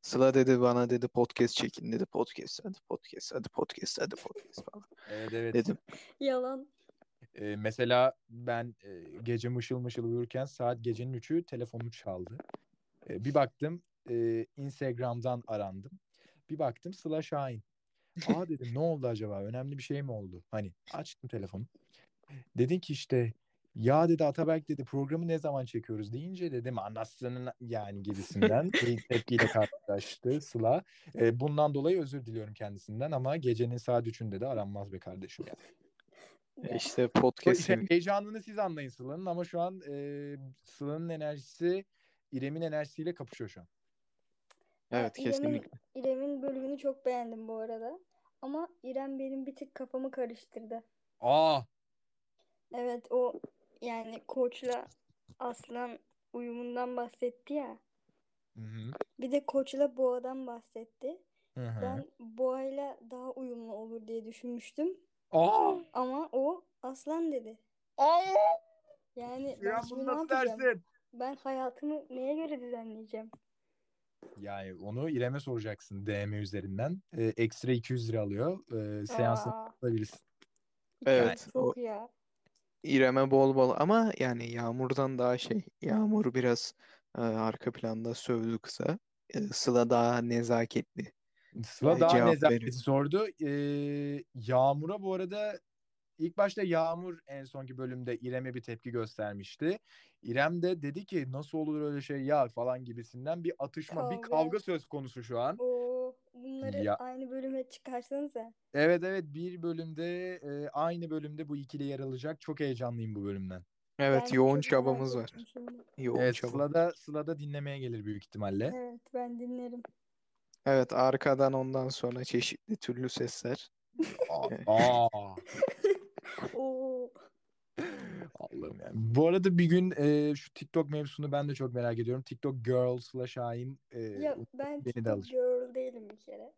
[SPEAKER 2] Sıla dedi bana dedi podcast çekin dedi podcast hadi podcast hadi podcast hadi podcast falan
[SPEAKER 1] Evet evet.
[SPEAKER 2] dedim.
[SPEAKER 3] Yalan.
[SPEAKER 1] E, mesela ben e, gece mışıl mışıl uyurken saat gecenin üçü telefonum çaldı. E, bir baktım e, Instagram'dan arandım. Bir baktım Sıla Şahin. Aa dedim ne oldu acaba? Önemli bir şey mi oldu? Hani açtım telefonu. Dedin ki işte ya dedi Ataberk dedi programı ne zaman çekiyoruz deyince dedim anasının yani gibisinden bir tepkiyle karşılaştı Sıla. E, bundan dolayı özür diliyorum kendisinden ama gecenin saat üçünde de aranmaz be kardeşim ya.
[SPEAKER 2] E, İşte podcast
[SPEAKER 1] Şey, heyecanını siz anlayın Sıla'nın ama şu an e, Sıla'nın enerjisi İrem'in enerjisiyle kapışıyor şu an.
[SPEAKER 2] evet
[SPEAKER 3] Ya, İrem'in-
[SPEAKER 2] kesinlikle.
[SPEAKER 3] İrem'in bölümünü çok beğendim bu arada. Ama İrem benim bir tık kafamı karıştırdı.
[SPEAKER 1] Aa
[SPEAKER 3] Evet o yani koçla aslan uyumundan bahsetti ya.
[SPEAKER 1] Hı hı.
[SPEAKER 3] Bir de koçla boğadan bahsetti.
[SPEAKER 1] Hı hı.
[SPEAKER 3] Ben boğayla daha uyumlu olur diye düşünmüştüm.
[SPEAKER 1] Aa!
[SPEAKER 3] Ama o aslan dedi.
[SPEAKER 1] Aa!
[SPEAKER 3] Yani ben
[SPEAKER 1] Ya
[SPEAKER 3] şimdi
[SPEAKER 1] bunu
[SPEAKER 3] ne
[SPEAKER 1] nasıl
[SPEAKER 3] yapacağım?
[SPEAKER 1] dersin?
[SPEAKER 3] Ben hayatımı neye göre düzenleyeceğim?
[SPEAKER 1] Yani onu İrem'e soracaksın DM üzerinden. E, ekstra 200 lira alıyor. E, seansını
[SPEAKER 3] Aa,
[SPEAKER 1] alabilirsin.
[SPEAKER 2] Evet o
[SPEAKER 3] çok ya.
[SPEAKER 2] İrem'e bol bol ama yani Yağmur'dan daha şey Yağmur biraz e, arka planda sövdü kısa. E, Sıla daha nezaketli.
[SPEAKER 1] Sıla
[SPEAKER 2] Yani
[SPEAKER 1] daha
[SPEAKER 2] cevap
[SPEAKER 1] nezaketi
[SPEAKER 2] veriyor.
[SPEAKER 1] sordu. Ee, Yağmur'a bu arada ilk başta Yağmur en sonki bölümde İrem'e bir tepki göstermişti. İrem de dedi ki nasıl olur öyle şey ya falan gibisinden bir atışma, bir
[SPEAKER 3] Kavga.
[SPEAKER 1] kavga söz konusu şu an.
[SPEAKER 3] Oo, bunları
[SPEAKER 1] Ya.
[SPEAKER 3] aynı bölüme çıkarsanıza.
[SPEAKER 1] Evet evet bir bölümde e, aynı bölümde bu ikili yer alacak. Çok heyecanlıyım bu bölümden.
[SPEAKER 2] Evet
[SPEAKER 3] Ben de
[SPEAKER 2] yoğun
[SPEAKER 3] çok
[SPEAKER 2] çabamız
[SPEAKER 3] merak
[SPEAKER 2] var.
[SPEAKER 3] ettim şimdi.
[SPEAKER 2] Yoğun
[SPEAKER 1] Evet
[SPEAKER 2] çaba.
[SPEAKER 1] Sıla da, Sıla da dinlemeye gelir büyük ihtimalle.
[SPEAKER 3] Evet ben dinlerim.
[SPEAKER 2] Evet arkadan ondan sonra çeşitli türlü sesler.
[SPEAKER 1] Aa, aa.
[SPEAKER 3] Oo,
[SPEAKER 1] Allah'ım yani. Bu arada bir gün e, şu TikTok mevzusunu ben de çok merak ediyorum. TikTok Girl slash Ayin. e,
[SPEAKER 3] ya ben
[SPEAKER 1] beni de
[SPEAKER 3] TikTok
[SPEAKER 1] alır.
[SPEAKER 3] girl değilim bir kere.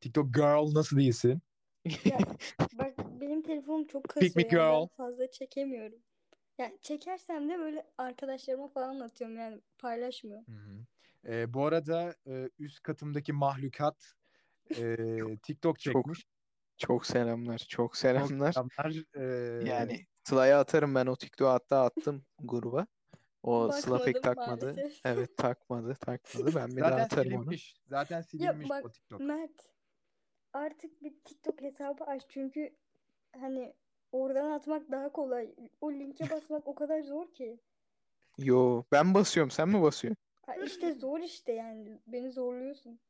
[SPEAKER 1] TikTok Girl nasıl değilsin?
[SPEAKER 2] E,
[SPEAKER 3] Ya bak benim telefonum çok
[SPEAKER 1] Pick me
[SPEAKER 3] kasıyor yani ben
[SPEAKER 1] girl.
[SPEAKER 3] fazla çekemiyorum. Yani çekersem de böyle arkadaşlarıma falan atıyorum yani paylaşmıyorum.
[SPEAKER 1] Hı hı. E,
[SPEAKER 2] *laughs*
[SPEAKER 1] bu arada e, üst katımdaki mahlukat e, TikTok çekmiş.
[SPEAKER 2] *laughs* Çok selamlar. Çok selamlar.
[SPEAKER 1] Adamlar, e,
[SPEAKER 2] Yani Sıla'ya atarım ben o TikTok'u hatta attım gruba. O Sıla pek
[SPEAKER 3] Bakmadım
[SPEAKER 2] takmadı.
[SPEAKER 3] maalesef.
[SPEAKER 2] Evet takmadı takmadı. Ben bir daha
[SPEAKER 1] zaten şey
[SPEAKER 2] atarım onu.
[SPEAKER 1] silinmiş. Zaten silinmiş
[SPEAKER 3] bak-
[SPEAKER 1] o TikTok.
[SPEAKER 3] Mert artık bir TikTok hesabı aç çünkü hani oradan atmak daha kolay. O linke basmak o kadar zor ki.
[SPEAKER 2] Yo ben basıyorum sen mi basıyorsun?
[SPEAKER 3] Ha işte zor işte yani beni zorluyorsun.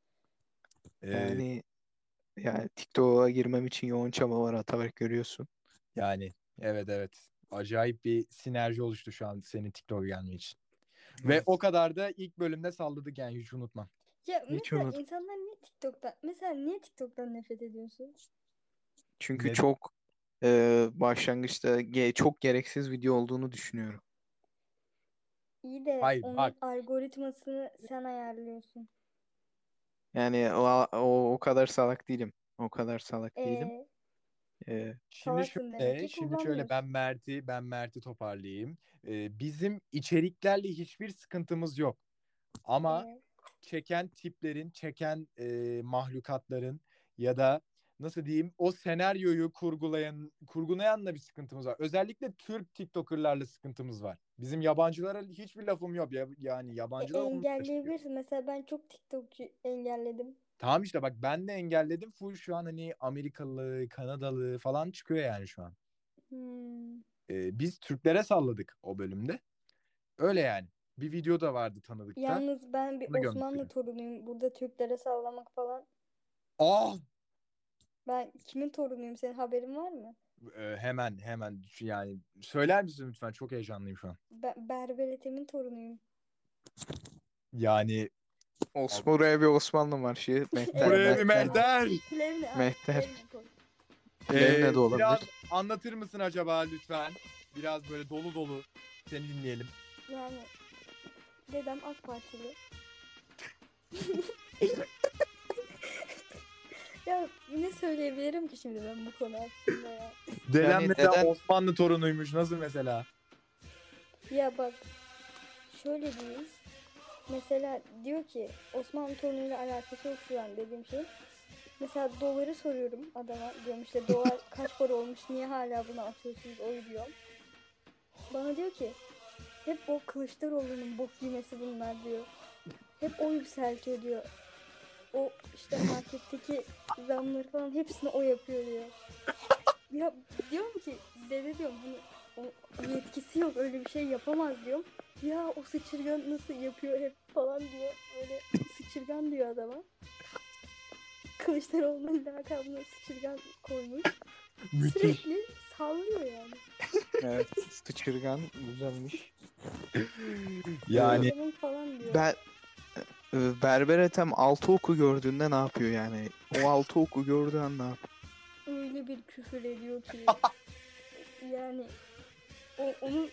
[SPEAKER 1] E,
[SPEAKER 2] Yani yani TikTok'a girmem için yoğun çaba var Ataberk görüyorsun.
[SPEAKER 1] yani evet evet. Acayip bir sinerji oluştu şu an senin TikTok gelme için. Ve o kadar da ilk bölümde salladık yani hiç unutmam.
[SPEAKER 3] Ya
[SPEAKER 2] Hiç
[SPEAKER 3] mesela
[SPEAKER 2] olmadı.
[SPEAKER 3] insanlar niye TikTok'tan mesela niye TikTok'tan nefret ediyorsun?
[SPEAKER 2] Çünkü
[SPEAKER 1] Neden?
[SPEAKER 2] çok e, başlangıçta ge- çok gereksiz video olduğunu düşünüyorum.
[SPEAKER 3] İyi de
[SPEAKER 1] Hayır,
[SPEAKER 3] onun
[SPEAKER 1] bak.
[SPEAKER 3] algoritmasını sen ayarlıyorsun.
[SPEAKER 2] Yani o, o, o kadar salak değilim. O kadar salak değilim.
[SPEAKER 3] Ee,
[SPEAKER 2] E,
[SPEAKER 1] Şimdi
[SPEAKER 3] Salaksın
[SPEAKER 1] şöyle,
[SPEAKER 3] demek ki
[SPEAKER 1] şimdi şöyle ben
[SPEAKER 3] kullanmıyorsun.
[SPEAKER 1] Mert'i ben Mert'i toparlayayım. E, bizim içeriklerle hiçbir sıkıntımız yok. Ama
[SPEAKER 3] ee,
[SPEAKER 1] çeken tiplerin, çeken e, mahlukatların ya da nasıl diyeyim o senaryoyu kurgulayan kurgulayanla bir sıkıntımız var. Özellikle Türk TikToker'larla sıkıntımız var. Bizim yabancılara hiçbir lafım yok. Ya, yani
[SPEAKER 3] e,
[SPEAKER 1] yabancılar onu taşıyor.
[SPEAKER 3] engelleyebilirsin. Mesela ben çok TikTokçu engelledim.
[SPEAKER 1] Tamam işte bak ben de engelledim. Full şu an hani Amerikalı, Kanadalı falan çıkıyor yani şu an.
[SPEAKER 3] Hmm.
[SPEAKER 1] E, biz Türklere salladık o bölümde. Öyle yani. Bir video da vardı tanıdıkta.
[SPEAKER 3] Yalnız ben bir
[SPEAKER 1] Onu gömdük
[SPEAKER 3] Osmanlı
[SPEAKER 1] yani.
[SPEAKER 3] torunuyum. Burada Türklere sallamak falan.
[SPEAKER 1] Ah!
[SPEAKER 3] Ben kimin torunuyum? Senin haberin var mı?
[SPEAKER 1] E, hemen hemen şu- yani söyler misin lütfen? Çok heyecanlıyım şu an.
[SPEAKER 3] Ben Berber Ethem'in torunuyum.
[SPEAKER 1] Yani
[SPEAKER 2] Os- buraya bir Osmanlı marşı. Mehter,
[SPEAKER 1] Buraya bir
[SPEAKER 2] Mehter.
[SPEAKER 1] mehter.
[SPEAKER 3] Levne,
[SPEAKER 2] Mehter.
[SPEAKER 3] Levne koy.
[SPEAKER 2] Levne
[SPEAKER 1] Ee,
[SPEAKER 2] de olabilir.
[SPEAKER 1] Biraz anlatır mısın acaba lütfen? Biraz böyle dolu dolu seni dinleyelim.
[SPEAKER 3] Yani dedem AK Partili. Ya ne söyleyebilirim ki şimdi ben bu konu hakkında ya?
[SPEAKER 1] Dedem
[SPEAKER 2] Yani
[SPEAKER 1] mesela
[SPEAKER 2] deden-
[SPEAKER 1] Osmanlı torunuymuş. Nasıl mesela?
[SPEAKER 3] Ya bak şöyle diyoruz. Mesela diyor ki Osmanlı torunuyla alakası yok şu an dediğim şey. Mesela doları soruyorum adama. Diyorum işte dolar kaç para olmuş niye hala bunu atıyorsunuz oy diyorum. Bana diyor ki hep o Kılıçdaroğlu'nun bok giymesi bunlar diyor. Hep o yükseltiyor diyor. O işte marketteki zamları falan hepsini o yapıyor diyor. Ya diyorum ki dede diyorum hani o yetkisi yok öyle bir şey yapamaz diyorum. Ya o sıçırgan nasıl yapıyor hep falan diyor. Böyle sıçırgan diyor adama. Kılıçdaroğlu'nun lakabına sıçırgan koymuş.
[SPEAKER 1] Müthiş.
[SPEAKER 3] Sürekli sallıyor yani.
[SPEAKER 2] Evet. Sıçırgan güzelmiş.
[SPEAKER 1] Yani
[SPEAKER 3] Adamın falan diyor.
[SPEAKER 2] Ben e, Berber Ethem altı oku gördüğünde ne yapıyor yani? O altı oku gördüğü an ne yapıyor?
[SPEAKER 3] Öyle bir küfür
[SPEAKER 1] *laughs*
[SPEAKER 3] ediyor ki. yani o, onu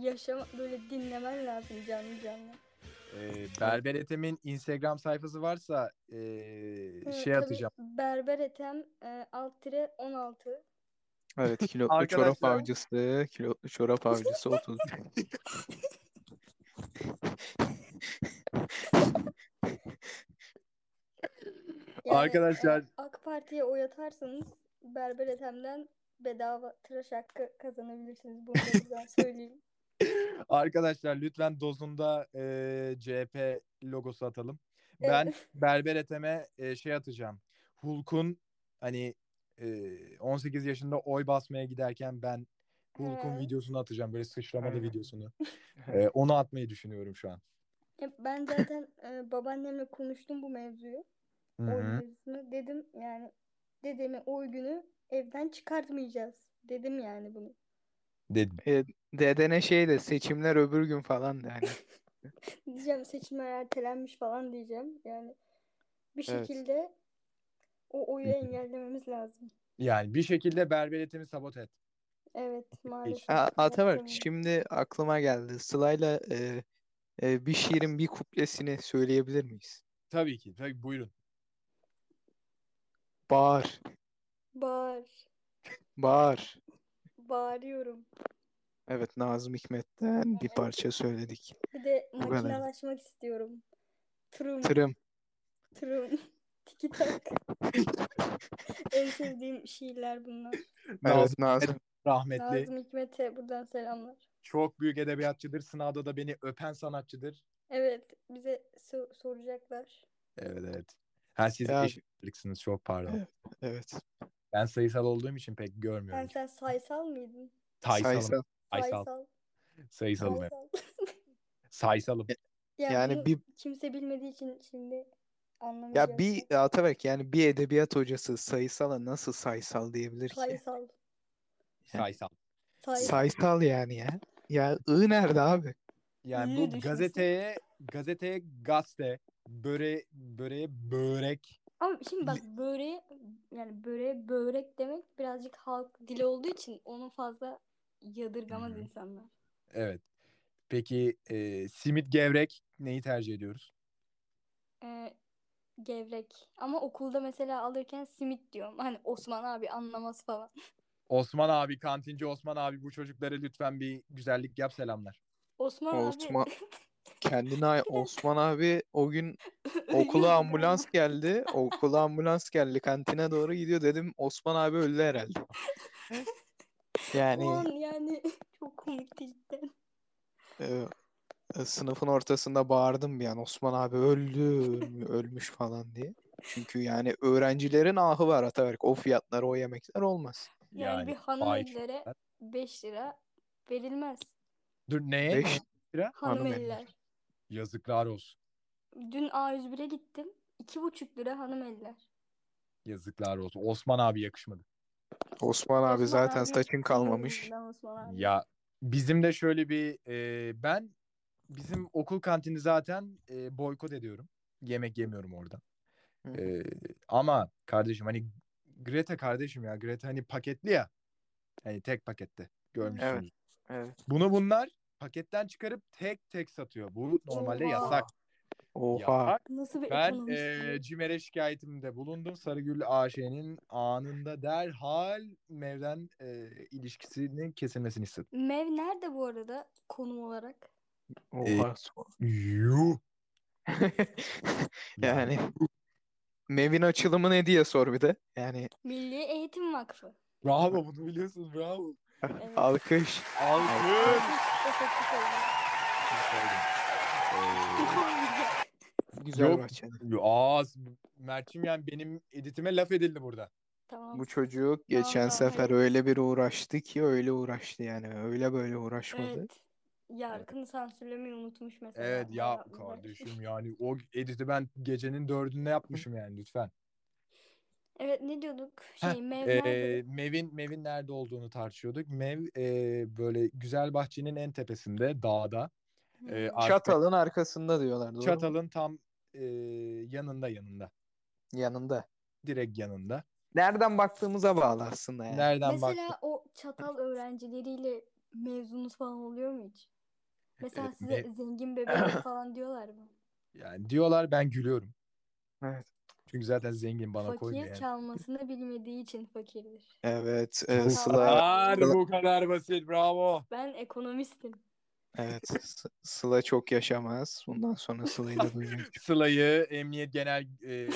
[SPEAKER 3] yaşama böyle dinlemen lazım canlı canlı.
[SPEAKER 1] e, Berber Ethem'in Instagram sayfası varsa e,
[SPEAKER 3] Ee,
[SPEAKER 1] şey
[SPEAKER 3] tabii
[SPEAKER 1] atacağım.
[SPEAKER 3] Berber Ethem e, alt tire 16.
[SPEAKER 2] Evet kilotlu çorap
[SPEAKER 1] Arkadaşlar-
[SPEAKER 2] avcısı, kilotlu çorap avcısı 30.
[SPEAKER 3] Yani,
[SPEAKER 1] Arkadaşlar-
[SPEAKER 3] e, AK Parti'ye oy atarsanız Berber Ethem'den bedava tıraş hakkı kazanabilirsiniz. Bunu da
[SPEAKER 1] *laughs*
[SPEAKER 3] buradan söyleyeyim.
[SPEAKER 1] Arkadaşlar lütfen dozunda e, CHP logosu atalım. Ben
[SPEAKER 3] Evet.
[SPEAKER 1] Berber Ethem'e e, şey atacağım. Hulk'un hani e, 18 yaşında oy basmaya giderken ben Hulk'un
[SPEAKER 3] He.
[SPEAKER 1] videosunu atacağım. Böyle sıçramalı
[SPEAKER 2] He.
[SPEAKER 1] videosunu. E, onu atmayı düşünüyorum şu an.
[SPEAKER 3] *laughs* Ya Ben zaten e, babaannemle konuştum bu mevzuyu. Oy
[SPEAKER 1] Hı-hı.
[SPEAKER 3] mevzusunu. Dedim yani dedemi oy günü evden çıkartmayacağız. Dedim yani bunu. *laughs*
[SPEAKER 1] Dedim.
[SPEAKER 2] Dedene şey de seçimler öbür gün falan da hani.
[SPEAKER 3] Diyeceğim seçimler ertelenmiş falan diyeceğim. Yani bir
[SPEAKER 2] Evet.
[SPEAKER 3] şekilde o oyu
[SPEAKER 1] Hı hı.
[SPEAKER 3] engellememiz lazım.
[SPEAKER 1] Yani bir şekilde Berber Ethem'i sabot et.
[SPEAKER 3] Evet maalesef. *laughs*
[SPEAKER 2] A- Ataberk
[SPEAKER 3] yapacağım.
[SPEAKER 2] şimdi aklıma geldi. Sıla'yla e, e, bir şiirin bir kuplesini söyleyebilir miyiz?
[SPEAKER 1] Tabii ki. Tabii buyurun.
[SPEAKER 2] Bağır,
[SPEAKER 3] Bağır.
[SPEAKER 2] bağır.
[SPEAKER 3] Bağırıyorum.
[SPEAKER 2] Evet Nazım Hikmet'ten bir parça söyledik.
[SPEAKER 3] Bir de
[SPEAKER 2] Bu kadar.
[SPEAKER 3] makinalaşmak istiyorum. Tırım
[SPEAKER 2] Tırım.
[SPEAKER 3] *laughs* tırım Tiki tak. *laughs* en sevdiğim şiirler bunlar.
[SPEAKER 1] Nazım
[SPEAKER 2] Evet Nazım.
[SPEAKER 1] rahmetli.
[SPEAKER 3] Nazım Hikmet'e buradan selamlar.
[SPEAKER 1] Çok büyük edebiyatçıdır. Sınavda da beni öpen sanatçıdır.
[SPEAKER 3] Evet bize so- soracaklar.
[SPEAKER 1] Evet evet. Ha siz
[SPEAKER 2] Ya-
[SPEAKER 1] eşitliksiniz çok pardon.
[SPEAKER 2] Evet.
[SPEAKER 1] Ben sayısal olduğum için pek
[SPEAKER 3] Ben
[SPEAKER 1] görmüyorum.
[SPEAKER 3] sen saysal mıydın?
[SPEAKER 1] Saysalım.
[SPEAKER 2] Sayısal.
[SPEAKER 1] Sayısal. Sayısalım. evet.
[SPEAKER 3] Saysal. *laughs*
[SPEAKER 1] Sayısalım.
[SPEAKER 2] E,
[SPEAKER 3] Ya
[SPEAKER 2] Yani
[SPEAKER 3] bunu
[SPEAKER 2] bir-
[SPEAKER 3] kimse bilmediği için şimdi anlamayacak.
[SPEAKER 2] Ya bir Ataberk yani bir edebiyat hocası sayısala nasıl sayısal diyebilir ki?
[SPEAKER 3] Saysal.
[SPEAKER 1] Sayısal.
[SPEAKER 3] Saysal.
[SPEAKER 2] Sayısal yani ya. Ya ı nerede abi?
[SPEAKER 1] Yani
[SPEAKER 3] İyi
[SPEAKER 1] bu
[SPEAKER 3] düşünsün.
[SPEAKER 1] gazeteye gazeteye gazete, böre böreğe börek.
[SPEAKER 3] Ama şimdi bak böreğe yani böreğe börek demek birazcık halk dili olduğu için onu fazla yadırgamaz
[SPEAKER 1] Hı.
[SPEAKER 3] insanlar.
[SPEAKER 1] Evet. Peki e, simit gevrek neyi tercih ediyoruz?
[SPEAKER 3] Ee, gevrek. Ama okulda mesela alırken simit diyorum. Hani Osman abi anlamaz falan.
[SPEAKER 1] Osman abi, kantinci Osman abi bu çocuklara lütfen bir güzellik yap selamlar.
[SPEAKER 3] Osman abi
[SPEAKER 2] Osman
[SPEAKER 3] *laughs*
[SPEAKER 2] kendine ay- Osman abi o gün okula
[SPEAKER 3] ölüyordu
[SPEAKER 2] ambulans geldi. Okula ambulans geldi. Kantine doğru gidiyor dedim. Osman abi öldü herhalde.
[SPEAKER 3] galiba.
[SPEAKER 2] Yani
[SPEAKER 3] Ulan yani *laughs* çok komikti cidden.
[SPEAKER 2] e, e, sınıfın ortasında bağırdım bir an Osman abi öldü, ölmüş falan diye. Çünkü yani öğrencilerin ahı var Ataberk. O fiyatlara o yemekler olmaz.
[SPEAKER 3] Yani bir hanım
[SPEAKER 1] vay
[SPEAKER 3] ellere 5 lira verilmez.
[SPEAKER 1] Dur neye?
[SPEAKER 2] Beş-
[SPEAKER 3] Hanım
[SPEAKER 2] Hanım
[SPEAKER 3] eller.
[SPEAKER 1] Yazıklar olsun.
[SPEAKER 3] Dün A101'e gittim. 2,5 lira hanım eller.
[SPEAKER 1] Yazıklar olsun. Osman abi yakışmadı.
[SPEAKER 2] Osman abi
[SPEAKER 3] Osman
[SPEAKER 2] zaten
[SPEAKER 3] abi
[SPEAKER 2] saçın kalmamış.
[SPEAKER 3] sinirliyim ben Osman abi.
[SPEAKER 1] Ya bizim de şöyle bir e, ben bizim okul kantini zaten e, boykot ediyorum. Yemek yemiyorum oradan.
[SPEAKER 2] Hı.
[SPEAKER 1] E, ama kardeşim hani Greta kardeşim ya Greta hani paketli ya. Hani tek pakette görmüşsünüz.
[SPEAKER 2] Evet. Evet.
[SPEAKER 1] Bunu bunlar paketten çıkarıp tek tek satıyor. Bu normalde
[SPEAKER 3] Oha.
[SPEAKER 1] yasak.
[SPEAKER 2] Oha.
[SPEAKER 1] Yasak.
[SPEAKER 3] Nasıl bir
[SPEAKER 1] Ben
[SPEAKER 3] ekonomist
[SPEAKER 1] e,
[SPEAKER 3] bu?
[SPEAKER 1] CİMER'e şikayetimde bulundum. Sarıgül AŞ'nin anında derhal Mev'den e, ilişkisinin kesilmesini istedim.
[SPEAKER 3] Mev nerede bu arada konum olarak?
[SPEAKER 2] Oha.
[SPEAKER 1] Yuh.
[SPEAKER 2] *laughs* Yani Mev'in açılımı ne diye sor bir de. Yani
[SPEAKER 3] Milli Eğitim Vakfı.
[SPEAKER 1] *laughs* Bravo bunu biliyorsun bravo.
[SPEAKER 3] Evet.
[SPEAKER 2] alkış.
[SPEAKER 1] Alkış.
[SPEAKER 3] Teşekkür ederim.
[SPEAKER 2] Güzel
[SPEAKER 1] Yok.
[SPEAKER 2] bahçe.
[SPEAKER 1] Ee, Aa, Mert'cim yani benim editime laf edildi burada.
[SPEAKER 3] Tamam.
[SPEAKER 2] Bu çocuk geçen
[SPEAKER 3] tamam,
[SPEAKER 2] sefer
[SPEAKER 3] hayır.
[SPEAKER 2] öyle bir uğraştı ki öyle uğraştı yani. Öyle böyle uğraşmadı.
[SPEAKER 3] Evet. Yarkın sansürlemeyi unutmuş mesela.
[SPEAKER 1] Evet ya
[SPEAKER 3] Bayağı uğraş-
[SPEAKER 1] kardeşim yani o editi ben gecenin dördünde yapmışım yani lütfen.
[SPEAKER 3] Evet ne diyorduk? Şey Mev
[SPEAKER 1] Ee,
[SPEAKER 3] nerede?
[SPEAKER 1] Mev'in Mev'in nerede olduğunu tartışıyorduk. Mev e, böyle güzel bahçenin en tepesinde dağda. e,
[SPEAKER 3] Hmm.
[SPEAKER 1] Ar-
[SPEAKER 2] Çatalın arkasında diyorlar doğru mu?
[SPEAKER 1] Çatal'ın tam e, yanında yanında.
[SPEAKER 2] yanında.
[SPEAKER 1] Direkt yanında.
[SPEAKER 2] Nereden baktığımıza bağlı aslında yani.
[SPEAKER 1] Nereden
[SPEAKER 3] Mesela
[SPEAKER 1] bak?
[SPEAKER 3] o çatal öğrencileriyle mevzunuz falan oluyor mu hiç? Mesela
[SPEAKER 1] Evet,
[SPEAKER 3] size
[SPEAKER 1] *coughs*
[SPEAKER 3] zengin bebek falan diyorlar mı?
[SPEAKER 1] Yani diyorlar ben gülüyorum.
[SPEAKER 2] Evet.
[SPEAKER 1] Çünkü zaten zengin bana
[SPEAKER 3] Fakir
[SPEAKER 1] koymuyor. yani.
[SPEAKER 3] çalmasını bilmediği için fakirdir.
[SPEAKER 2] Evet, e,
[SPEAKER 1] Bu
[SPEAKER 2] Sıla
[SPEAKER 1] kadar,
[SPEAKER 2] Sıla-
[SPEAKER 1] bu kadar basit. Bravo.
[SPEAKER 3] Ben ekonomistim.
[SPEAKER 2] evet, S- Sıla çok yaşamaz. Bundan sonra Sıla'yı da duymak.
[SPEAKER 1] Sıla'yı Emniyet Genel e,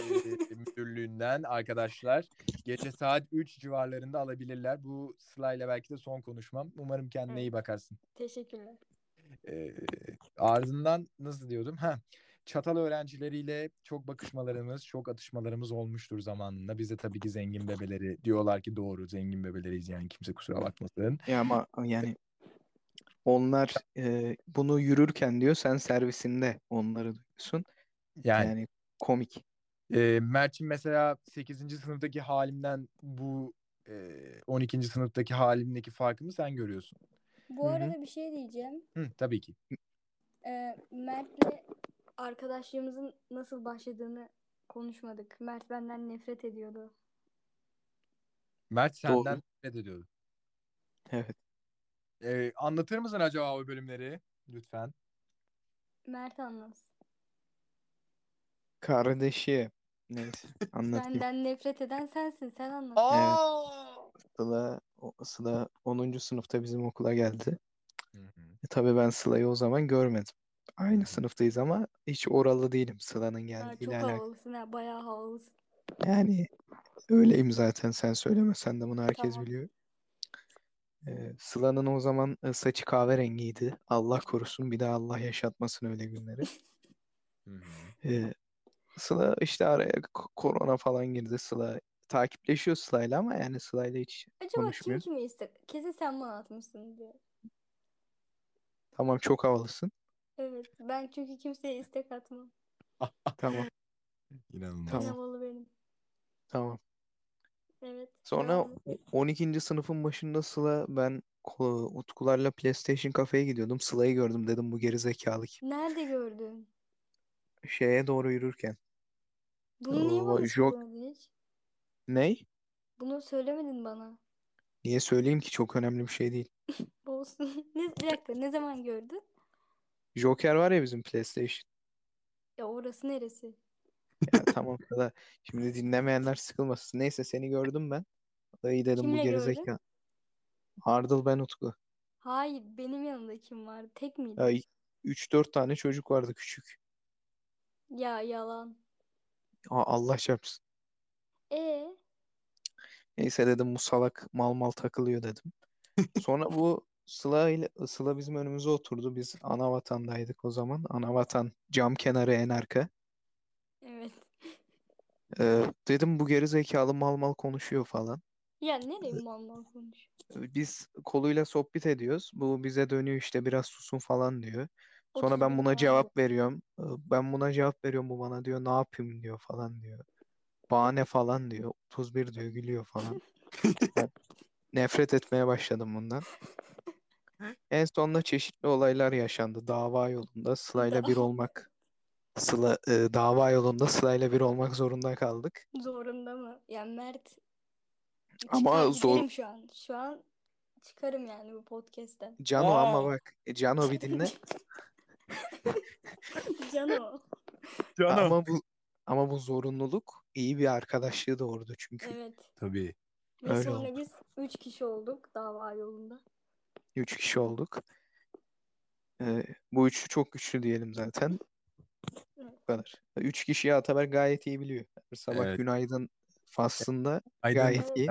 [SPEAKER 1] Müdürlüğü'nden arkadaşlar gece saat 3 civarlarında alabilirler. Bu Sıla'yla belki de son konuşmam. Umarım kendine iyi
[SPEAKER 3] Evet.
[SPEAKER 1] bakarsın.
[SPEAKER 3] Teşekkürler.
[SPEAKER 1] E, ardından nasıl diyordum? Ha, çatal öğrencileriyle çok bakışmalarımız, çok atışmalarımız olmuştur zamanında. Bize tabii ki zengin bebeleri diyorlar ki doğru zengin bebeleriyiz yani kimse kusura bakmasın.
[SPEAKER 2] Ya ama yani onlar e, bunu yürürken diyor sen servisinde onları duyuyorsun.
[SPEAKER 1] Yani
[SPEAKER 2] Yani komik.
[SPEAKER 1] E, Mert'in mesela 8. sınıftaki halimden bu e, 12. sınıftaki halimdeki farkımı sen görüyorsun.
[SPEAKER 3] Bu
[SPEAKER 2] Hı hı.
[SPEAKER 3] arada bir şey diyeceğim.
[SPEAKER 1] Hı, tabii ki.
[SPEAKER 3] Ee, Mert'le arkadaşlığımızın nasıl başladığını konuşmadık. Mert benden nefret ediyordu.
[SPEAKER 1] Mert
[SPEAKER 2] Doğru.
[SPEAKER 1] senden nefret ediyordu.
[SPEAKER 2] Evet.
[SPEAKER 1] E, anlatır mısın acaba o bölümleri? Lütfen.
[SPEAKER 3] Mert anlas.
[SPEAKER 2] Kardeşi. Neyse anlatayım.
[SPEAKER 3] Benden nefret eden sensin. Sen anlat.
[SPEAKER 2] Sıla, o- Sıla 10. sınıfta bizim okula geldi.
[SPEAKER 1] Hı hı.
[SPEAKER 2] E, tabii ben Sıla'yı o zaman görmedim. Aynı sınıftayız ama hiç oralı değilim Sıla'nın
[SPEAKER 3] Ha,
[SPEAKER 2] geldiğiyle
[SPEAKER 3] çok
[SPEAKER 2] alakalı.
[SPEAKER 3] havalısın ha. Bayağı havalısın.
[SPEAKER 2] Yani öyleyim zaten sen söylemesen de bunu herkes
[SPEAKER 3] Tamam.
[SPEAKER 2] biliyor. Ee, Sıla'nın o zaman e, saçı kahverengiydi. Allah korusun bir daha Allah yaşatmasın öyle günleri. Ee, Sıla işte araya k- korona falan girdi. Sıla takipleşiyor Sıla'yla ama yani Sıla'yla hiç
[SPEAKER 3] Acaba kim
[SPEAKER 2] Konuşmuyor.
[SPEAKER 3] kimi ister? Kesin sen bana atmışsın diye.
[SPEAKER 2] tamam çok havalısın.
[SPEAKER 3] *laughs* Evet. Ben çünkü kimseye istek atmam.
[SPEAKER 2] Tamam
[SPEAKER 1] İnanılmaz.
[SPEAKER 2] Tamam.
[SPEAKER 3] En havalı benim.
[SPEAKER 2] tamam.
[SPEAKER 3] Evet.
[SPEAKER 2] Sonra
[SPEAKER 3] devam et.
[SPEAKER 2] o- 12. sınıfın başında Sıla ben ko- Utkularla PlayStation kafeye gidiyordum. Sıla'yı gördüm dedim bu geri zekalı kim?
[SPEAKER 3] Nerede gördün?
[SPEAKER 2] Şeye doğru yürürken.
[SPEAKER 3] Bunu niye
[SPEAKER 2] Oo,
[SPEAKER 3] bana
[SPEAKER 2] jok-
[SPEAKER 3] söylemedin hiç?
[SPEAKER 2] Ney?
[SPEAKER 3] Bunu söylemedin bana.
[SPEAKER 2] Niye söyleyeyim ki çok önemli bir şey değil.
[SPEAKER 3] Olsun. *laughs* ne, bir dakika ne zaman gördün?
[SPEAKER 2] Joker var ya bizim PlayStation.
[SPEAKER 3] Ya orası neresi? *laughs*
[SPEAKER 2] Ya tamam da şimdi dinlemeyenler sıkılmasın. Neyse seni gördüm ben. Dayı dedim bu
[SPEAKER 3] Kimle gördün?
[SPEAKER 2] gerizekalı. Ardıl ben Utku.
[SPEAKER 3] Hayır benim yanımda kim vardı? Tek miydi?
[SPEAKER 2] Ya 3-4 tane çocuk vardı küçük.
[SPEAKER 3] Ya yalan.
[SPEAKER 2] Aa, Allah çarpsın.
[SPEAKER 3] E
[SPEAKER 2] Neyse dedim bu salak mal mal takılıyor dedim. Sonra bu Sıla ile Sıla bizim önümüze oturdu. Biz ana vatandaydık o zaman. Ana vatan cam kenarı en arka.
[SPEAKER 3] evet.
[SPEAKER 2] Ee, dedim bu geri zekalı mal mal konuşuyor falan.
[SPEAKER 3] Ya nereye mal mal konuş?
[SPEAKER 2] biz koluyla sohbet ediyoruz. Bu bize dönüyor işte biraz susun falan diyor. Sonra ben
[SPEAKER 3] Oturduk
[SPEAKER 2] buna
[SPEAKER 3] abi.
[SPEAKER 2] cevap veriyorum. Ee, Ben buna cevap veriyorum. Bu bana diyor ne yapayım diyor falan diyor. Bahane falan diyor. 31 diyor gülüyor falan. Ben nefret etmeye başladım bundan. En sonunda çeşitli olaylar yaşandı. Dava yolunda Sıla'yla bir olmak. Sıla, e, dava yolunda Sıla'yla bir olmak zorunda kaldık.
[SPEAKER 3] Zorunda mı? Ya Mert
[SPEAKER 2] Ama
[SPEAKER 3] çıkar
[SPEAKER 2] zor-
[SPEAKER 3] giderim şu an. Şu an çıkarım yani bu podcast'ten.
[SPEAKER 2] Cano
[SPEAKER 1] Aa.
[SPEAKER 2] ama bak. Cano bir
[SPEAKER 3] *laughs*
[SPEAKER 2] dinle.
[SPEAKER 3] Cano.
[SPEAKER 2] Ama bu ama bu zorunluluk iyi bir arkadaşlığı doğurdu çünkü.
[SPEAKER 3] Evet.
[SPEAKER 1] Tabii.
[SPEAKER 3] Ve
[SPEAKER 2] Öyle
[SPEAKER 3] sonra biz 3 kişi olduk dava yolunda.
[SPEAKER 2] Üç kişi olduk. Ee, bu üçü çok güçlü diyelim zaten.
[SPEAKER 3] Evet.
[SPEAKER 2] Bu kadar. Üç kişiyi Ataberk gayet iyi biliyor. Her sabah
[SPEAKER 1] Evet.
[SPEAKER 2] günaydın faslında
[SPEAKER 1] Aydın,
[SPEAKER 2] gayet iyi.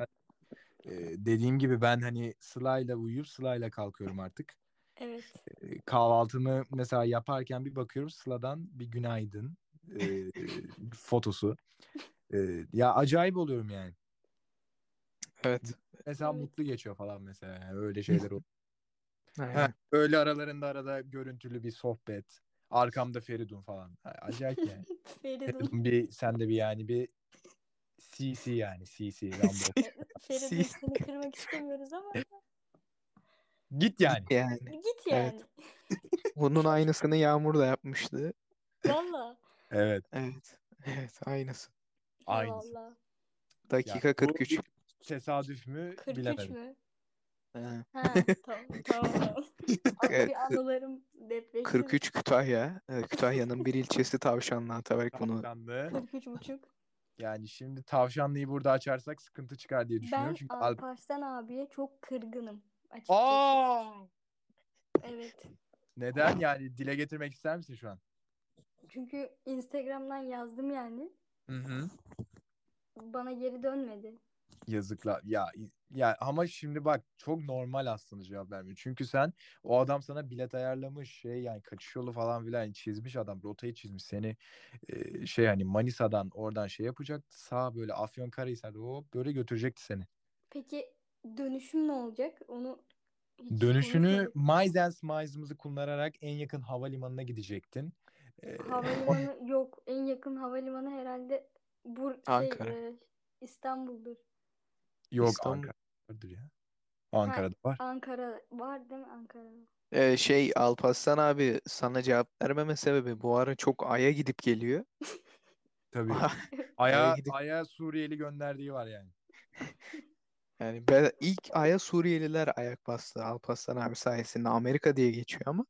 [SPEAKER 1] e, dediğim gibi ben hani Sıla'yla uyuyup Sıla'yla kalkıyorum artık.
[SPEAKER 3] Evet. *laughs*
[SPEAKER 1] E, kahvaltımı mesela yaparken bir bakıyorum Sıla'dan bir günaydın e, fotosu. E, ya acayip oluyorum yani.
[SPEAKER 2] Evet.
[SPEAKER 1] Mesela
[SPEAKER 3] Evet.
[SPEAKER 1] mutlu geçiyor falan mesela. Yani öyle şeyler oluyor.
[SPEAKER 2] Aynen.
[SPEAKER 1] Ha, öyle aralarında arada görüntülü bir sohbet. Arkamda Feridun falan. Ha, Acayip
[SPEAKER 3] *laughs*
[SPEAKER 1] yani.
[SPEAKER 3] Feridun.
[SPEAKER 1] Feridun bir sen de bir yani bir CC yani CC Rambo.
[SPEAKER 3] *laughs* Feridun
[SPEAKER 2] Sil.
[SPEAKER 3] seni kırmak istemiyoruz ama
[SPEAKER 1] Git yani.
[SPEAKER 2] *laughs* Yani
[SPEAKER 3] git
[SPEAKER 2] Evet.
[SPEAKER 3] yani.
[SPEAKER 2] bunun aynısını Yağmur da yapmıştı.
[SPEAKER 3] Valla.
[SPEAKER 1] Evet.
[SPEAKER 2] Evet. Evet aynısı.
[SPEAKER 1] Aynısı.
[SPEAKER 3] Valla.
[SPEAKER 2] Dakika
[SPEAKER 1] Ya, bu
[SPEAKER 2] 43.
[SPEAKER 1] bir Tesadüf mü
[SPEAKER 3] 43
[SPEAKER 1] bilemedim.
[SPEAKER 2] *laughs*
[SPEAKER 3] mü?
[SPEAKER 2] Ha.
[SPEAKER 3] Ha tamam tamam. tamam.
[SPEAKER 2] Evet.
[SPEAKER 3] Bir anılarım depreşti.
[SPEAKER 2] 43 Kütahya. Ee, Kütahya'nın bir ilçesi Tavşanlı Ataberk bunu
[SPEAKER 1] Tavşanlı.
[SPEAKER 3] 43 buçuk.
[SPEAKER 1] Yani şimdi tavşanlıyı burada açarsak sıkıntı çıkar diye düşünüyorum.
[SPEAKER 3] Ben
[SPEAKER 1] Çünkü Alp...
[SPEAKER 3] Alparslan abiye çok kırgınım. Açıkçası.
[SPEAKER 1] Aa!
[SPEAKER 3] Evet.
[SPEAKER 1] Neden yani dile getirmek ister misin şu an?
[SPEAKER 3] Çünkü Instagram'dan yazdım yani.
[SPEAKER 1] Hı hı.
[SPEAKER 3] Bana geri dönmedi.
[SPEAKER 1] Yazıklar. Ya ya ama şimdi bak çok normal aslında cevap vermiyor. Çünkü sen o adam sana bilet ayarlamış şey yani kaçış yolu falan filan çizmiş adam rotayı çizmiş seni e, şey hani Manisa'dan oradan şey yapacak sağ böyle Afyonkarahisar'da hop böyle götürecekti seni.
[SPEAKER 3] Peki dönüşüm ne olacak? Onu hiç
[SPEAKER 1] Dönüşünü
[SPEAKER 3] konuşmadık.
[SPEAKER 1] Maizens Maizimizi kullanarak en yakın havalimanına gidecektin. E, *laughs*
[SPEAKER 3] Havalimanı yok. En yakın havalimanı herhalde bu
[SPEAKER 2] Ankara.
[SPEAKER 3] şey e, İstanbul'dur.
[SPEAKER 1] yok
[SPEAKER 2] İstanbul-
[SPEAKER 1] Ankara vardır ya. Ankara'da var.
[SPEAKER 3] Ankara var değil mi Ankara?
[SPEAKER 2] Ee, şey Alparslan abi sana cevap vermeme sebebi bu ara çok Ay'a gidip geliyor.
[SPEAKER 1] Tabii.
[SPEAKER 2] *laughs* Oraya
[SPEAKER 1] Aya,
[SPEAKER 2] gidip-
[SPEAKER 1] Aya Suriyeli gönderdiği var yani.
[SPEAKER 2] Yani ben ilk Ay'a Suriyeliler ayak bastı Alparslan abi sayesinde Amerika diye geçiyor ama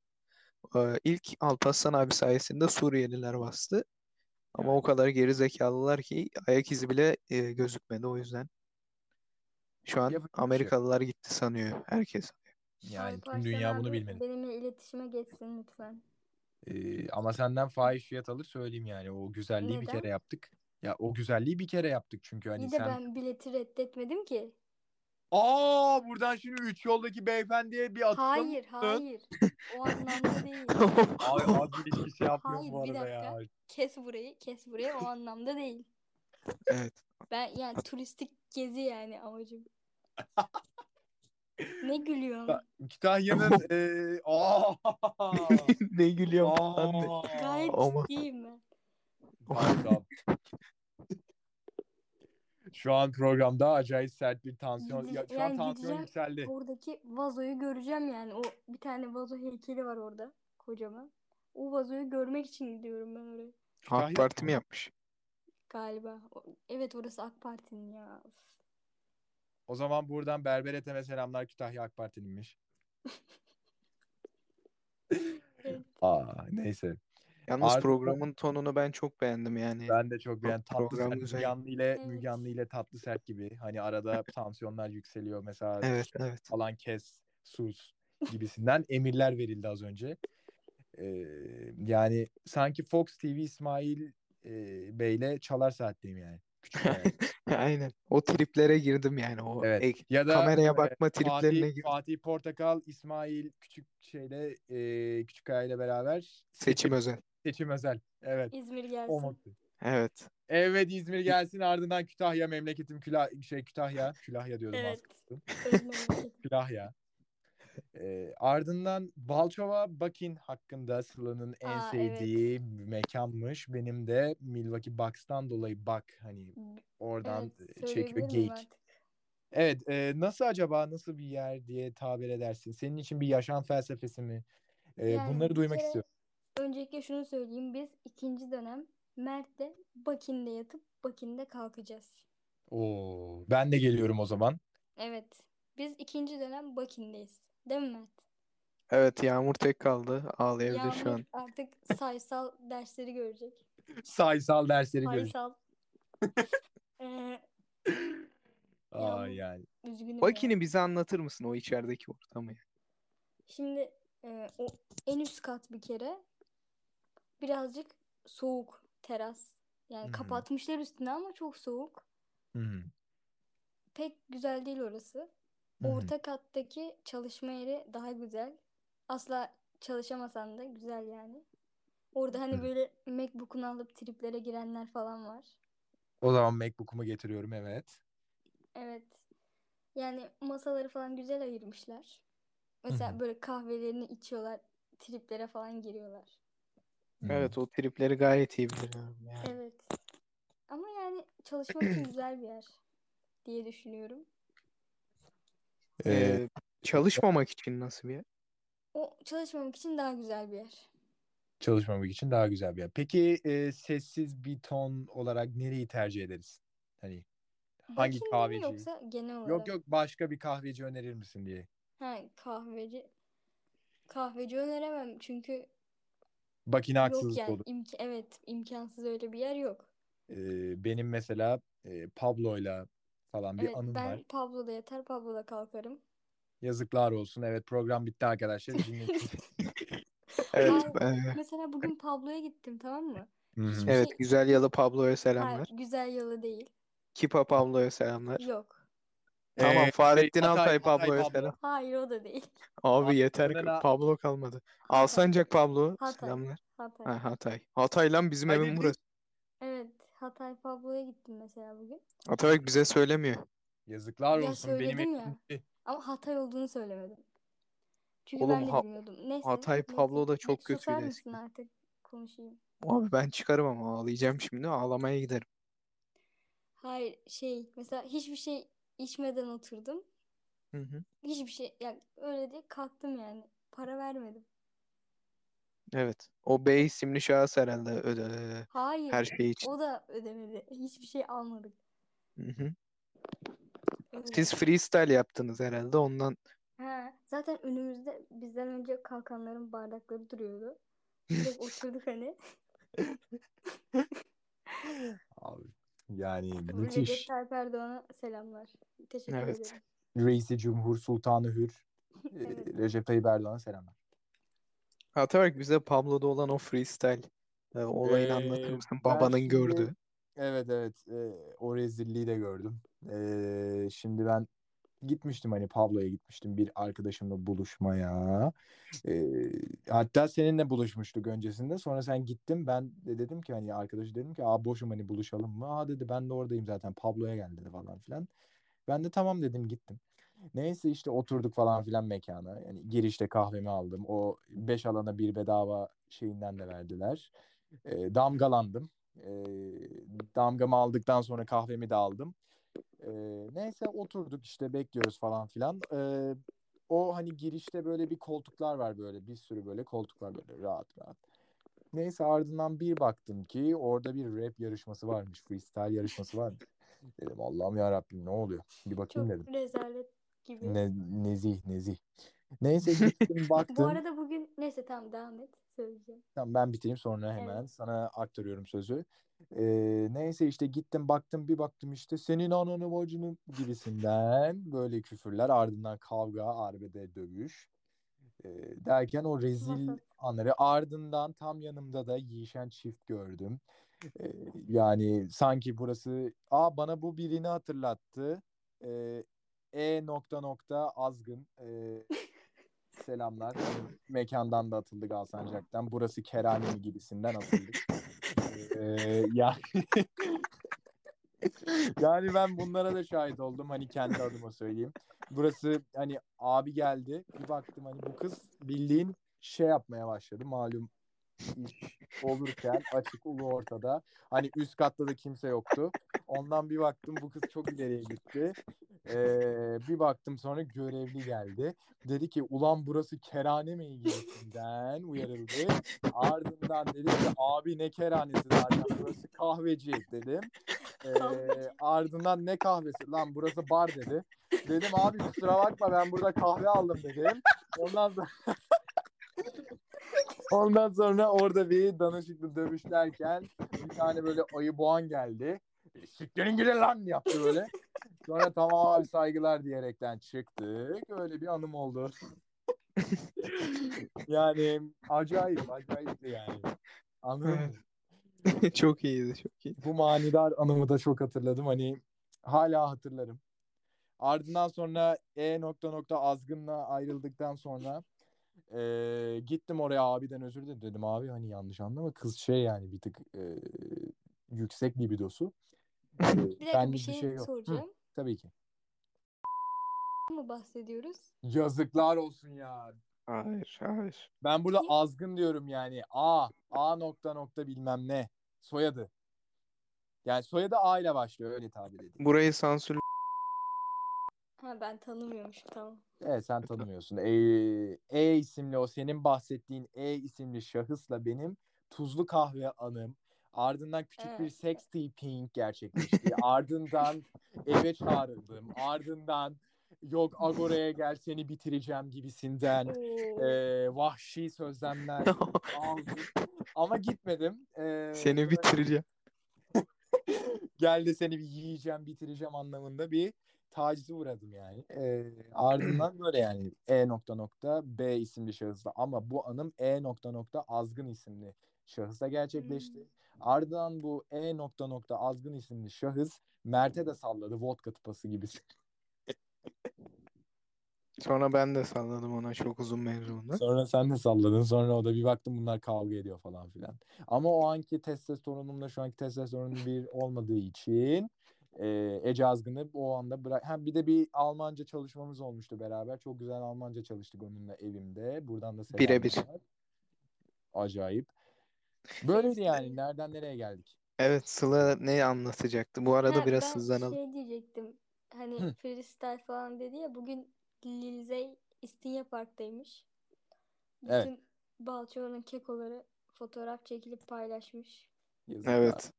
[SPEAKER 2] e, ilk Alparslan abi sayesinde Suriyeliler bastı. Ama o kadar geri zekalılar ki ayak izi bile e, gözükmedi o yüzden. Şu an
[SPEAKER 1] Yapacak bir şey yok.
[SPEAKER 2] Amerikalılar gitti sanıyor
[SPEAKER 1] *laughs*
[SPEAKER 2] herkes.
[SPEAKER 1] Yani tüm
[SPEAKER 3] Alparslan
[SPEAKER 1] dünya
[SPEAKER 3] abi
[SPEAKER 1] bunu bilmeli.
[SPEAKER 3] Benimle iletişime geçsin lütfen.
[SPEAKER 1] Ee, ama senden fahiş fiyat alır söyleyeyim yani. O güzelliği bir
[SPEAKER 3] Neden?
[SPEAKER 1] kere yaptık. Ya o güzelliği bir kere yaptık çünkü hani
[SPEAKER 3] İyi de
[SPEAKER 1] sen.
[SPEAKER 3] ben bileti reddetmedim ki.
[SPEAKER 1] Aa buradan şimdi üç yoldaki beyefendiye bir atılım.
[SPEAKER 3] Hayır, hayır. O anlamda değil.
[SPEAKER 2] *laughs*
[SPEAKER 1] Ay abi hiçbir şey yapmıyorum
[SPEAKER 3] Hayır,
[SPEAKER 1] bu
[SPEAKER 3] bir
[SPEAKER 1] arada ya.
[SPEAKER 3] dakika. Kes burayı, kes burayı. O anlamda değil.
[SPEAKER 2] evet.
[SPEAKER 3] Ben yani turistik gezi
[SPEAKER 1] *laughs*
[SPEAKER 3] yani amacım. Ne gülüyorsun? *laughs*
[SPEAKER 1] Kütahya'nın eee aa.
[SPEAKER 2] *laughs* ne gülüyorum falan diye.
[SPEAKER 1] Aa.
[SPEAKER 3] Gayet
[SPEAKER 2] Ama-
[SPEAKER 3] ciddiyim ben.
[SPEAKER 1] Pardon. Şu an programda acayip sert bir tansiyon.
[SPEAKER 3] Gidece-
[SPEAKER 1] Ya, şu an
[SPEAKER 3] yani
[SPEAKER 1] tansiyon
[SPEAKER 3] gideceğim.
[SPEAKER 1] yükseldi.
[SPEAKER 3] Oradaki vazoyu göreceğim yani. O bir tane vazo heykeli var orada kocaman. O vazoyu görmek için gidiyorum ben oraya
[SPEAKER 2] AK
[SPEAKER 1] Kütahya-
[SPEAKER 2] Parti mi yapmış?
[SPEAKER 3] galiba. O- Evet orası AK Parti'nin ya. Üf.
[SPEAKER 1] O zaman buradan Berber Ethem'e selamlar Kütahya AK Parti'ninmiş.
[SPEAKER 3] Evet.
[SPEAKER 1] Aa neyse.
[SPEAKER 2] Yalnız
[SPEAKER 1] Artık-
[SPEAKER 2] programın tonunu ben çok beğendim yani.
[SPEAKER 1] Ben de çok beğen tatlı
[SPEAKER 2] Program
[SPEAKER 1] sert
[SPEAKER 2] güzel.
[SPEAKER 1] Müge Anlı ile
[SPEAKER 3] Evet.
[SPEAKER 1] Müge Anlı ile tatlı sert gibi. Hani
[SPEAKER 3] *laughs*
[SPEAKER 1] arada tansiyonlar yükseliyor mesela
[SPEAKER 2] Evet evet. *laughs*
[SPEAKER 1] alan kes, sus gibisinden emirler verildi az önce. Ee, yani sanki Fox TV İsmail e, Bey'le çalar saatteyim yani. Küçük yani.
[SPEAKER 2] Aynen. O triplere girdim yani. O
[SPEAKER 1] Evet.
[SPEAKER 2] ek-
[SPEAKER 1] Ya da
[SPEAKER 2] kameraya
[SPEAKER 1] e,
[SPEAKER 2] bakma triplerine
[SPEAKER 1] Fatih,
[SPEAKER 2] girdim.
[SPEAKER 1] Fatih Portakal, İsmail Küçük şeyle e, Küçük Kaya ile beraber
[SPEAKER 2] Seçim özel.
[SPEAKER 1] seçim özel. Evet.
[SPEAKER 3] İzmir
[SPEAKER 1] O
[SPEAKER 3] gelsin.
[SPEAKER 1] mutlu.
[SPEAKER 2] Evet.
[SPEAKER 1] Evet İzmir gelsin ardından Kütahya memleketim Külah şey Kütahya Külahya diyorum az
[SPEAKER 3] Evet.
[SPEAKER 1] kalsın.
[SPEAKER 3] Öz
[SPEAKER 1] *laughs*
[SPEAKER 3] memleketim.
[SPEAKER 1] Kütahya. Ee, ardından Balçova Bakin hakkında Sıla'nın en
[SPEAKER 3] Aa,
[SPEAKER 1] sevdiği mekanmış. Benim de Milwaukee Bucks'tan dolayı bak hani oradan e,
[SPEAKER 3] Evet,
[SPEAKER 1] çekiyor
[SPEAKER 3] söyleyebilir miyim
[SPEAKER 1] geyik.
[SPEAKER 3] artık?
[SPEAKER 1] Evet e, nasıl acaba nasıl bir yer diye tabir edersin? Senin için bir yaşam felsefesi mi? E,
[SPEAKER 3] Yani
[SPEAKER 1] bunları
[SPEAKER 3] bir
[SPEAKER 1] duymak
[SPEAKER 3] kere
[SPEAKER 1] istiyorum.
[SPEAKER 3] Öncelikle şunu söyleyeyim. Biz ikinci dönem Mert'le Bakin'de yatıp Bakin'de kalkacağız.
[SPEAKER 1] Oo, ben de geliyorum o zaman.
[SPEAKER 3] Evet. Biz ikinci dönem Bakin'deyiz. Değil mi Mert?
[SPEAKER 2] Evet Yağmur tek kaldı. Ağlayabilir şu
[SPEAKER 3] Yağmur
[SPEAKER 2] an. *laughs*
[SPEAKER 3] artık sayısal dersleri görecek.
[SPEAKER 1] Saysal dersleri görüş.
[SPEAKER 2] *laughs*
[SPEAKER 3] Sayısal. Ee,
[SPEAKER 1] Aa,
[SPEAKER 3] Yağmur.
[SPEAKER 1] yani.
[SPEAKER 3] üzgünüm ya.
[SPEAKER 2] Bakini bize anlatır mısın o içerideki ortamı? ya?
[SPEAKER 3] Şimdi e, o en üst kat bir kere birazcık soğuk teras. Yani
[SPEAKER 2] Hmm.
[SPEAKER 1] Hı.
[SPEAKER 3] kapatmışlar üstüne ama çok soğuk.
[SPEAKER 1] Hı hı,
[SPEAKER 3] Pek güzel değil orası.
[SPEAKER 1] hı hı.
[SPEAKER 3] Orta kattaki çalışma yeri daha güzel. Asla çalışamasan da güzel yani. Orada hani
[SPEAKER 1] Hı.
[SPEAKER 3] böyle MacBook'unu alıp triplere girenler falan var.
[SPEAKER 1] O zaman MacBook'umu getiriyorum evet.
[SPEAKER 3] Evet. Yani masaları falan güzel ayırmışlar. Mesela böyle kahvelerini içiyorlar, triplere falan giriyorlar.
[SPEAKER 1] Hı.
[SPEAKER 2] Evet o tripleri gayet iyi biliyorum yani.
[SPEAKER 3] Evet. Ama yani
[SPEAKER 1] *clears throat*
[SPEAKER 3] çalışmak için güzel bir yer diye düşünüyorum.
[SPEAKER 1] Ee,
[SPEAKER 2] Ee, çalışmamak için nasıl bir yer?
[SPEAKER 3] O çalışmamak için daha güzel bir yer.
[SPEAKER 1] çalışmamak için daha güzel bir yer. Peki e, sessiz bir ton olarak nereyi tercih ederiz? Hani hangi
[SPEAKER 3] Bakim'de mi
[SPEAKER 1] kahveci?
[SPEAKER 3] yoksa genel olarak?
[SPEAKER 1] Yok yok başka bir kahveci önerir misin diye.
[SPEAKER 3] Ha, kahveci. Kahveci öneremem çünkü
[SPEAKER 1] Bak yine
[SPEAKER 3] yok
[SPEAKER 1] haksızlık
[SPEAKER 3] yani.
[SPEAKER 1] olur.
[SPEAKER 3] imk- evet imkansız öyle bir yer yok.
[SPEAKER 1] Ee, benim mesela e, Pablo'yla falan bir
[SPEAKER 3] Evet
[SPEAKER 1] anım
[SPEAKER 3] ben
[SPEAKER 1] var.
[SPEAKER 3] Pablo'da yatar Pablo'da kalkarım.
[SPEAKER 1] Yazıklar olsun. Evet program bitti arkadaşlar.
[SPEAKER 3] *laughs*
[SPEAKER 1] Dinlediğiniz-
[SPEAKER 2] Evet.
[SPEAKER 3] Hayır.
[SPEAKER 2] ben-
[SPEAKER 3] Mesela
[SPEAKER 2] Eh.
[SPEAKER 3] bugün Pablo'ya gittim tamam mı?
[SPEAKER 1] Hı hı.
[SPEAKER 3] Hiçbir
[SPEAKER 2] Evet
[SPEAKER 3] şey-
[SPEAKER 2] güzel yalı Pablo'ya selamlar.
[SPEAKER 3] Hayır, güzel yalı değil.
[SPEAKER 2] Kipa Pablo'ya selamlar.
[SPEAKER 3] Yok.
[SPEAKER 2] Tamam
[SPEAKER 1] Ee,
[SPEAKER 2] Fahrettin
[SPEAKER 1] şey, Hatay-
[SPEAKER 2] Altay
[SPEAKER 1] Hatay
[SPEAKER 2] Pablo'ya
[SPEAKER 1] Pablo.
[SPEAKER 2] selam.
[SPEAKER 3] Hayır o da değil.
[SPEAKER 2] Abi yeter
[SPEAKER 1] Hatay'da da-
[SPEAKER 2] Pablo kalmadı. Alsancak Pablo
[SPEAKER 3] Hatay.
[SPEAKER 2] selamlar.
[SPEAKER 3] Hatay.
[SPEAKER 2] Ha, Hatay. Hatay lan bizim
[SPEAKER 1] Hayır,
[SPEAKER 2] evin
[SPEAKER 1] dedi.
[SPEAKER 2] burası.
[SPEAKER 3] Evet Hatay Pablo'ya gittim mesela bugün.
[SPEAKER 2] Atabek bize söylemiyor.
[SPEAKER 1] Yazıklar
[SPEAKER 3] Ya
[SPEAKER 1] olsun. Benim
[SPEAKER 3] söyledim
[SPEAKER 1] evim-
[SPEAKER 3] Ama Hatay olduğunu söylemedim. Çünkü
[SPEAKER 2] Oğlum,
[SPEAKER 3] ben de
[SPEAKER 2] Ha-
[SPEAKER 3] bilmiyordum. Neyse.
[SPEAKER 2] Hatay
[SPEAKER 3] neyse.
[SPEAKER 2] Pablo da
[SPEAKER 3] Bir
[SPEAKER 2] çok kötüydü
[SPEAKER 3] Susar mısın
[SPEAKER 2] eskiden.
[SPEAKER 3] artık konuşayım.
[SPEAKER 2] Abi ben çıkarım ama ağlayacağım şimdi. Ağlamaya giderim.
[SPEAKER 3] Hayır şey mesela hiçbir şey içmeden oturdum.
[SPEAKER 2] Hı hı.
[SPEAKER 3] Hiçbir şey yani öyle diye kalktım yani. Para vermedim.
[SPEAKER 2] Evet. O Bey isimli şahıs herhalde öde
[SPEAKER 3] Hayır.
[SPEAKER 2] her şey için.
[SPEAKER 3] O da ödemedi. Hiçbir şey almadık.
[SPEAKER 2] Hı hı.
[SPEAKER 3] Öyle.
[SPEAKER 2] Siz freestyle yaptınız herhalde ondan.
[SPEAKER 3] Ha, zaten önümüzde bizden önce kalkanların bardakları duruyordu.
[SPEAKER 2] *laughs*
[SPEAKER 3] Direkt oturduk hani.
[SPEAKER 1] Abi, yani
[SPEAKER 3] Recep
[SPEAKER 1] müthiş.
[SPEAKER 3] Tayyip Erdoğan'a selamlar. Teşekkür
[SPEAKER 2] Evet.
[SPEAKER 3] ederim.
[SPEAKER 1] Reisi Cumhur Sultanı Hür. e,
[SPEAKER 3] Evet.
[SPEAKER 1] Recep Tayyip Erdoğan'a selamlar.
[SPEAKER 2] Atabek bize Pablo'da olan o freestyle e, olayını
[SPEAKER 1] Ee,
[SPEAKER 2] anlatır mısın?
[SPEAKER 1] ben
[SPEAKER 2] Babanın
[SPEAKER 1] şimdi-
[SPEAKER 2] gördüğü. *laughs*
[SPEAKER 1] Evet evet Ee, o rezilliği de gördüm. Ee, şimdi ben gitmiştim hani Pablo'ya gitmiştim bir arkadaşımla buluşmaya. Ee, hatta seninle buluşmuştuk öncesinde. Sonra sen gittin ben de dedim ki hani arkadaşı dedim ki aa boşum hani buluşalım mı? Aa dedi ben de oradayım zaten Pablo'ya gel dedi falan filan. Ben de tamam dedim gittim. Neyse işte oturduk falan filan mekana. Yani girişte kahvemi aldım. O beş alana bir bedava şeyinden de verdiler. Ee, damgalandım. Ee, damgamı aldıktan sonra kahvemi de aldım. Ee, neyse oturduk işte bekliyoruz falan filan. Ee, o hani girişte böyle bir koltuklar var böyle bir sürü böyle koltuk var böyle rahat rahat. Neyse ardından bir baktım ki orada bir rap yarışması varmış, freestyle yarışması varmış. Dedim Allah'ım ya Rabbim ne oluyor? Bir bakayım
[SPEAKER 3] Çok
[SPEAKER 1] dedim.
[SPEAKER 3] rezalet gibi.
[SPEAKER 1] Ne, nezih nezih.
[SPEAKER 3] *laughs*
[SPEAKER 1] Neyse gittim
[SPEAKER 3] Bu
[SPEAKER 1] baktım.
[SPEAKER 3] arada bugün neyse tamam devam et. Söyleyeceğim.
[SPEAKER 1] Tamam ben bitireyim sonra hemen sana aktarıyorum sözü. Ee, neyse işte gittim baktım bir baktım işte senin ananı bacını gibisinden böyle küfürler ardından kavga arbede dövüş Ee, derken o rezil
[SPEAKER 3] Vasat.
[SPEAKER 1] anları ardından tam yanımda da yiyişen çift gördüm. Ee, yani sanki burası aa bana bu birini hatırlattı. Ee, E nokta nokta azgın Ee, selamlar. Mekandan da atıldık Alsancak'tan. Burası Kerane mi gibisinden atıldık. Ee, yani... *laughs* yani ben bunlara da şahit oldum. Hani kendi adıma söyleyeyim. Burası hani abi geldi. Bir baktım hani bu kız bildiğin şey yapmaya başladı. Malum iş olurken açık ulu ortada. Hani üst katta da kimse yoktu. Ondan bir baktım bu kız çok ileriye gitti. Ee, bir baktım sonra görevli geldi. Dedi ki ulan burası kerane mi ilgisinden uyarıldı. Ardından dedim ki abi ne keranesi zaten burası kahveci dedim. Ee,
[SPEAKER 3] Kahveci.
[SPEAKER 1] ardından ne kahvesi lan burası bar dedi. Dedim abi kusura bakma ben burada kahve aldım dedim. Ondan sonra *laughs* Ondan sonra orada bir danışıklı dövüşlerken bir tane böyle ayı boğan geldi. Siktirin gidin lan yaptı böyle. Sonra tamam abi saygılar diyerekten çıktık. Öyle bir anım oldu. yani acayip acayipti yani. Anladın mı?
[SPEAKER 2] Evet. Çok iyiydi, çok iyi.
[SPEAKER 1] Bu manidar anımı da çok hatırladım. Hani hala hatırlarım. Ardından sonra E nokta nokta azgınla ayrıldıktan sonra e, gittim oraya abiden özür diledim. Dedim abi hani yanlış anlama kız şey yani bir tık e, yüksek libidosu. E,
[SPEAKER 3] *laughs* Bir dakika
[SPEAKER 1] ben
[SPEAKER 3] bir şey,
[SPEAKER 1] yok. Hı,
[SPEAKER 3] soracağım.
[SPEAKER 1] tabii ki.
[SPEAKER 3] mı bahsediyoruz?
[SPEAKER 1] Yazıklar olsun ya.
[SPEAKER 2] Hayır, hayır.
[SPEAKER 1] Ben burada
[SPEAKER 3] Kim?
[SPEAKER 1] azgın diyorum yani. A, A nokta nokta bilmem ne. Soyadı. Yani soyadı A ile başlıyor öyle tabir edeyim.
[SPEAKER 2] Burayı sansür *laughs*
[SPEAKER 3] Ha ben tanımıyormuşum tamam.
[SPEAKER 1] Evet sen tanımıyorsun. E, e isimli o senin bahsettiğin E isimli şahısla benim tuzlu kahve anım. Ardından küçük bir
[SPEAKER 3] Evet.
[SPEAKER 1] sex taping gerçekleşti. ardından eve çağrıldım. Ardından yok Agora'ya gel seni bitireceğim gibisinden
[SPEAKER 3] Oo.
[SPEAKER 1] e, vahşi
[SPEAKER 2] *laughs*
[SPEAKER 1] sözlemler aldım. Ama gitmedim. E,
[SPEAKER 2] seni bitireceğim.
[SPEAKER 1] *laughs* gel de seni bir yiyeceğim bitireceğim anlamında bir tacize uğradım yani. Ee, ardından böyle yani E nokta nokta B isimli şahısla ama bu anım E nokta nokta azgın isimli şahısla gerçekleşti. Ardından bu E nokta nokta azgın isimli şahıs Mert'e de salladı vodka tıpası gibisi.
[SPEAKER 2] Sonra ben de salladım ona çok uzun mevzumda.
[SPEAKER 1] Sonra sen de salladın. Sonra o da bir baktım bunlar kavga ediyor falan filan. Ama o anki testosteronumla şu anki testosteronum bir olmadığı için e, Ece Azgın'ı o anda bırak. Hem bir de bir Almanca çalışmamız olmuştu beraber. Çok güzel Almanca çalıştık onunla evimde. Buradan da selamlar.
[SPEAKER 2] Birebir.
[SPEAKER 1] Acayip. Böyleydi yani. Nereden nereye geldik?
[SPEAKER 2] Evet, Sıla ne anlatacaktı? Bu arada
[SPEAKER 3] Ha,
[SPEAKER 2] biraz
[SPEAKER 3] ben
[SPEAKER 2] hızlanalım.
[SPEAKER 3] şey diyecektim. Hani
[SPEAKER 1] Hı.
[SPEAKER 3] freestyle falan dedi ya bugün Lilzey İstinye Park'taymış. Bütün
[SPEAKER 1] Evet.
[SPEAKER 3] Balçova'nın kekoları fotoğraf çekilip paylaşmış.
[SPEAKER 1] Yazıklar.
[SPEAKER 2] Evet.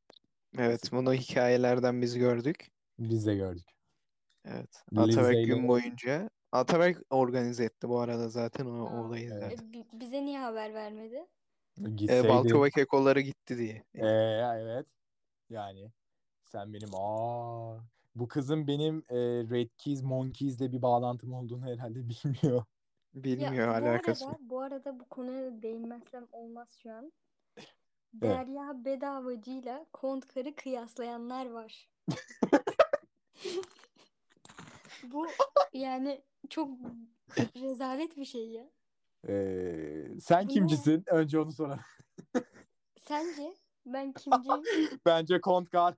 [SPEAKER 2] Evet, bunu hikayelerden biz gördük.
[SPEAKER 1] Biz de gördük.
[SPEAKER 2] Evet.
[SPEAKER 1] Lize
[SPEAKER 2] Atabek
[SPEAKER 1] ile-
[SPEAKER 2] gün boyunca Atabek organize etti bu arada zaten o
[SPEAKER 3] Aa,
[SPEAKER 2] olayı
[SPEAKER 1] evet.
[SPEAKER 2] zaten.
[SPEAKER 3] E, bi- bize niye haber vermedi?
[SPEAKER 1] Gitseydi.
[SPEAKER 2] E, Balçova kekoları gitti diye. E,
[SPEAKER 1] Ee, evet. Yani sen benim aa bu kızın benim e, Red Keys Monkeys'le bir bağlantım olduğunu herhalde *laughs* bilmiyor.
[SPEAKER 2] Bilmiyor
[SPEAKER 3] ya, bu
[SPEAKER 2] alakası.
[SPEAKER 3] arada bu arada bu konuya da değinmezsem olmaz şu an. Derya Bedavacı'yla Kontkar'ı kıyaslayanlar
[SPEAKER 2] *laughs*
[SPEAKER 3] var. Bu yani çok rezalet bir şey ya.
[SPEAKER 1] Ee, sen
[SPEAKER 3] Bu
[SPEAKER 1] kimcisin? Önce onu soralım. *laughs*
[SPEAKER 3] Sence ben kimciyim?
[SPEAKER 1] Bence *laughs* Kontkar.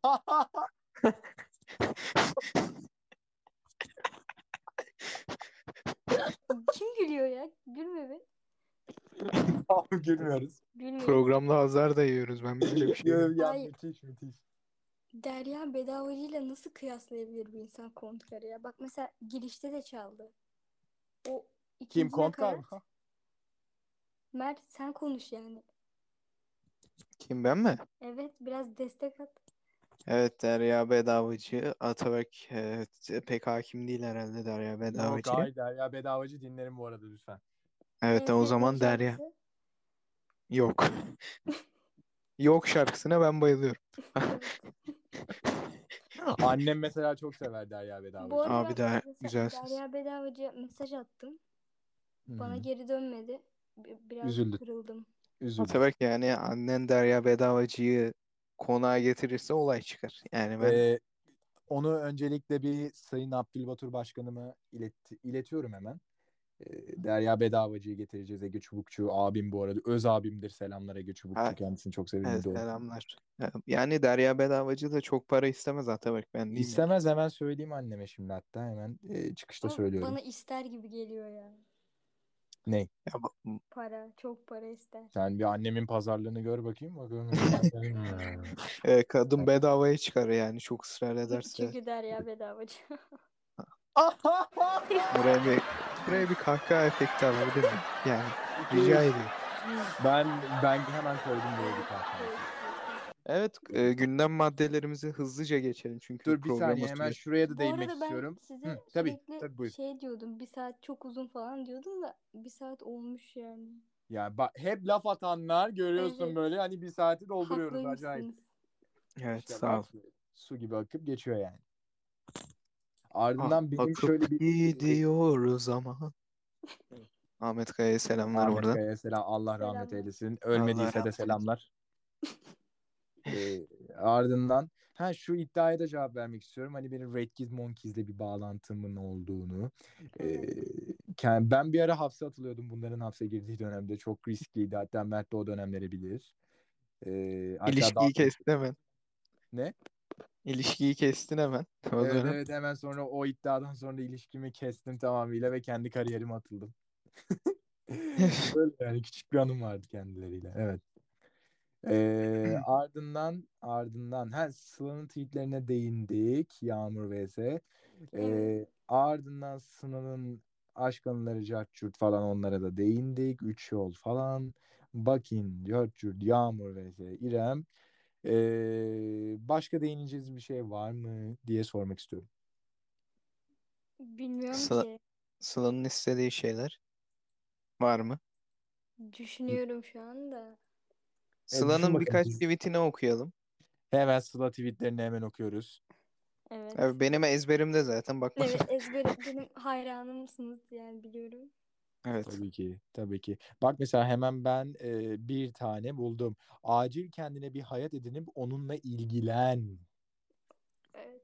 [SPEAKER 3] Kim gülüyor ya? Gülme be.
[SPEAKER 1] Tamam, Gülmüyoruz.
[SPEAKER 3] Gülme.
[SPEAKER 2] Programda azar da yiyoruz ben böyle bir şey.
[SPEAKER 1] *laughs* Ya, ya,
[SPEAKER 3] Hayır.
[SPEAKER 1] müthiş müthiş.
[SPEAKER 3] Derya bedavacıyla nasıl kıyaslayabilir bir insan Kontkar'ı ya? Bak mesela girişte de çaldı. O
[SPEAKER 1] Kim
[SPEAKER 3] ikinci
[SPEAKER 1] Kontkar mı? *laughs*
[SPEAKER 3] nakarat. Mert sen konuş yani.
[SPEAKER 2] Kim ben mi?
[SPEAKER 3] Evet biraz destek at.
[SPEAKER 2] Evet Derya Bedavacı. Atabek evet, pek hakim değil herhalde Derya
[SPEAKER 1] Yok
[SPEAKER 2] Bedavacı.
[SPEAKER 1] hayır Derya Bedavacı dinlerim bu arada lütfen.
[SPEAKER 2] Evet
[SPEAKER 3] En
[SPEAKER 2] o zaman
[SPEAKER 3] sevdiğin
[SPEAKER 2] Derya.
[SPEAKER 3] şarkısı- *laughs*
[SPEAKER 2] Yok. Yok şarkısına ben bayılıyorum.
[SPEAKER 3] Evet.
[SPEAKER 1] Annem mesela çok sever Derya Bedavacı.
[SPEAKER 3] Bu arada
[SPEAKER 2] Abi daha
[SPEAKER 3] mesela
[SPEAKER 2] güzel ses.
[SPEAKER 3] Derya Bedavacı'ya mesaj attım.
[SPEAKER 1] Hı hı.
[SPEAKER 3] Bana geri dönmedi. Bi- Biraz
[SPEAKER 1] Üzüldüm.
[SPEAKER 3] kırıldım.
[SPEAKER 1] Üzüldüm.
[SPEAKER 2] Atabek yani annen Derya Bedavacı'yı konağa getirirse olay çıkar. Yani ben
[SPEAKER 1] Ee, onu öncelikle bir Sayın Abdülbatur Başkanıma iletti, iletiyorum hemen. Ee, Derya Bedavacı'yı getireceğiz Ege Çubukçu. Abim bu arada. Öz abimdir. Selamlar Ege Çubukçu.
[SPEAKER 2] Ha.
[SPEAKER 1] Kendisini çok severim.
[SPEAKER 2] evet,
[SPEAKER 1] Doğru.
[SPEAKER 2] selamlar. Yani Derya Bedavacı da çok para istemez Atabek ben diyeyim. yani.
[SPEAKER 1] İstemez hemen söyleyeyim anneme şimdi hatta. Hemen e, çıkışta
[SPEAKER 3] Ama
[SPEAKER 1] söylüyorum.
[SPEAKER 3] Bana ister gibi geliyor ya.
[SPEAKER 1] Ney?
[SPEAKER 2] Ya bu-
[SPEAKER 3] Para. Çok para ister.
[SPEAKER 1] Sen bir annemin pazarlığını gör bakayım.
[SPEAKER 3] *laughs*
[SPEAKER 1] Bakalım. *laughs* Hmm.
[SPEAKER 2] e, kadın bedavaya çıkar yani çok ısrar ederse.
[SPEAKER 3] Çünkü Derya Bedavacı.
[SPEAKER 2] Buraya bir, buraya bir kahkaha efekti alabilir miyim? Yani rica ediyorum.
[SPEAKER 1] ben ben hemen koydum böyle bir kahkaha.
[SPEAKER 2] Evet e, gündem maddelerimizi hızlıca geçelim çünkü
[SPEAKER 1] Dur bir
[SPEAKER 2] programa
[SPEAKER 1] saniye hemen
[SPEAKER 2] sürüyor.
[SPEAKER 1] şuraya da
[SPEAKER 3] Bu
[SPEAKER 1] değinmek
[SPEAKER 3] arada ben
[SPEAKER 1] istiyorum.
[SPEAKER 3] size
[SPEAKER 1] Hı, tabii,
[SPEAKER 3] sürekli
[SPEAKER 1] tabii, buyur.
[SPEAKER 3] şey diyordum. Bir saat çok uzun falan diyordum da bir saat olmuş yani.
[SPEAKER 1] Yani bak hep laf atanlar görüyorsun
[SPEAKER 3] Evet.
[SPEAKER 1] böyle hani bir saati dolduruyoruz
[SPEAKER 3] Haklıymışsınız.
[SPEAKER 1] acayip.
[SPEAKER 2] Evet
[SPEAKER 1] İşte
[SPEAKER 2] sağ ol.
[SPEAKER 1] bak, Su gibi akıp geçiyor yani. Ardından bizim
[SPEAKER 2] Ah, Akıp
[SPEAKER 1] şöyle bir
[SPEAKER 2] gidiyoruz ama. Ahmet Kaya'ya selamlar
[SPEAKER 1] Ahmet
[SPEAKER 2] orada.
[SPEAKER 1] Kaya'ya selam Allah rahmet
[SPEAKER 3] Selamlar.
[SPEAKER 1] eylesin.
[SPEAKER 2] Allah
[SPEAKER 1] Ölmediyse
[SPEAKER 2] rahmet
[SPEAKER 1] de
[SPEAKER 2] eylesin.
[SPEAKER 1] selamlar. Ee, ardından ha şu iddiaya da cevap vermek istiyorum. Hani benim Red Kids Monkeys'le bir bağlantımın olduğunu. Ee, kend- ben bir ara hapse atılıyordum bunların hapse girdiği dönemde. Çok riskliydi. Hatta Mert de o dönemleri bilir. Ee, hatta daha-
[SPEAKER 2] İlişkiyi kestin hemen.
[SPEAKER 1] Ne?
[SPEAKER 2] İlişkiyi kestin hemen. *laughs* O
[SPEAKER 1] Evet,
[SPEAKER 2] dönem.
[SPEAKER 1] evet hemen sonra o iddiadan sonra ilişkimi kestim tamamıyla ve kendi kariyerime
[SPEAKER 2] *laughs*
[SPEAKER 1] atıldım. *laughs* Böyle yani küçük bir anım vardı kendileriyle. Evet. Ee, ardından ardından ha Sıla'nın tweetlerine değindik. Yağmur vs. Ee,
[SPEAKER 3] Evet.
[SPEAKER 1] ardından Sıla'nın aşk anıları Cartçurt falan onlara da değindik. Üç yol falan. Bakin, Cartçurt, Yağmur vs. İrem. Ee, başka değineceğiz bir şey var mı diye sormak istiyorum.
[SPEAKER 3] Bilmiyorum
[SPEAKER 2] Sıla-
[SPEAKER 3] ki.
[SPEAKER 2] Sıla'nın istediği şeyler var
[SPEAKER 1] E,
[SPEAKER 2] mı?
[SPEAKER 3] Düşünüyorum şu anda.
[SPEAKER 2] Sıla'nın
[SPEAKER 1] bakalım.
[SPEAKER 2] birkaç tweetini okuyalım.
[SPEAKER 1] Hemen Sıla tweetlerini hemen okuyoruz.
[SPEAKER 3] Evet.
[SPEAKER 2] Abi benim ezberimde zaten bakma.
[SPEAKER 3] Evet ezbere benim hayranımsınız yani biliyorum.
[SPEAKER 2] Evet.
[SPEAKER 1] Tabii ki, tabii ki. Bak mesela hemen ben e, bir tane buldum. Acil kendine bir hayat edinip onunla ilgilen.
[SPEAKER 3] Evet.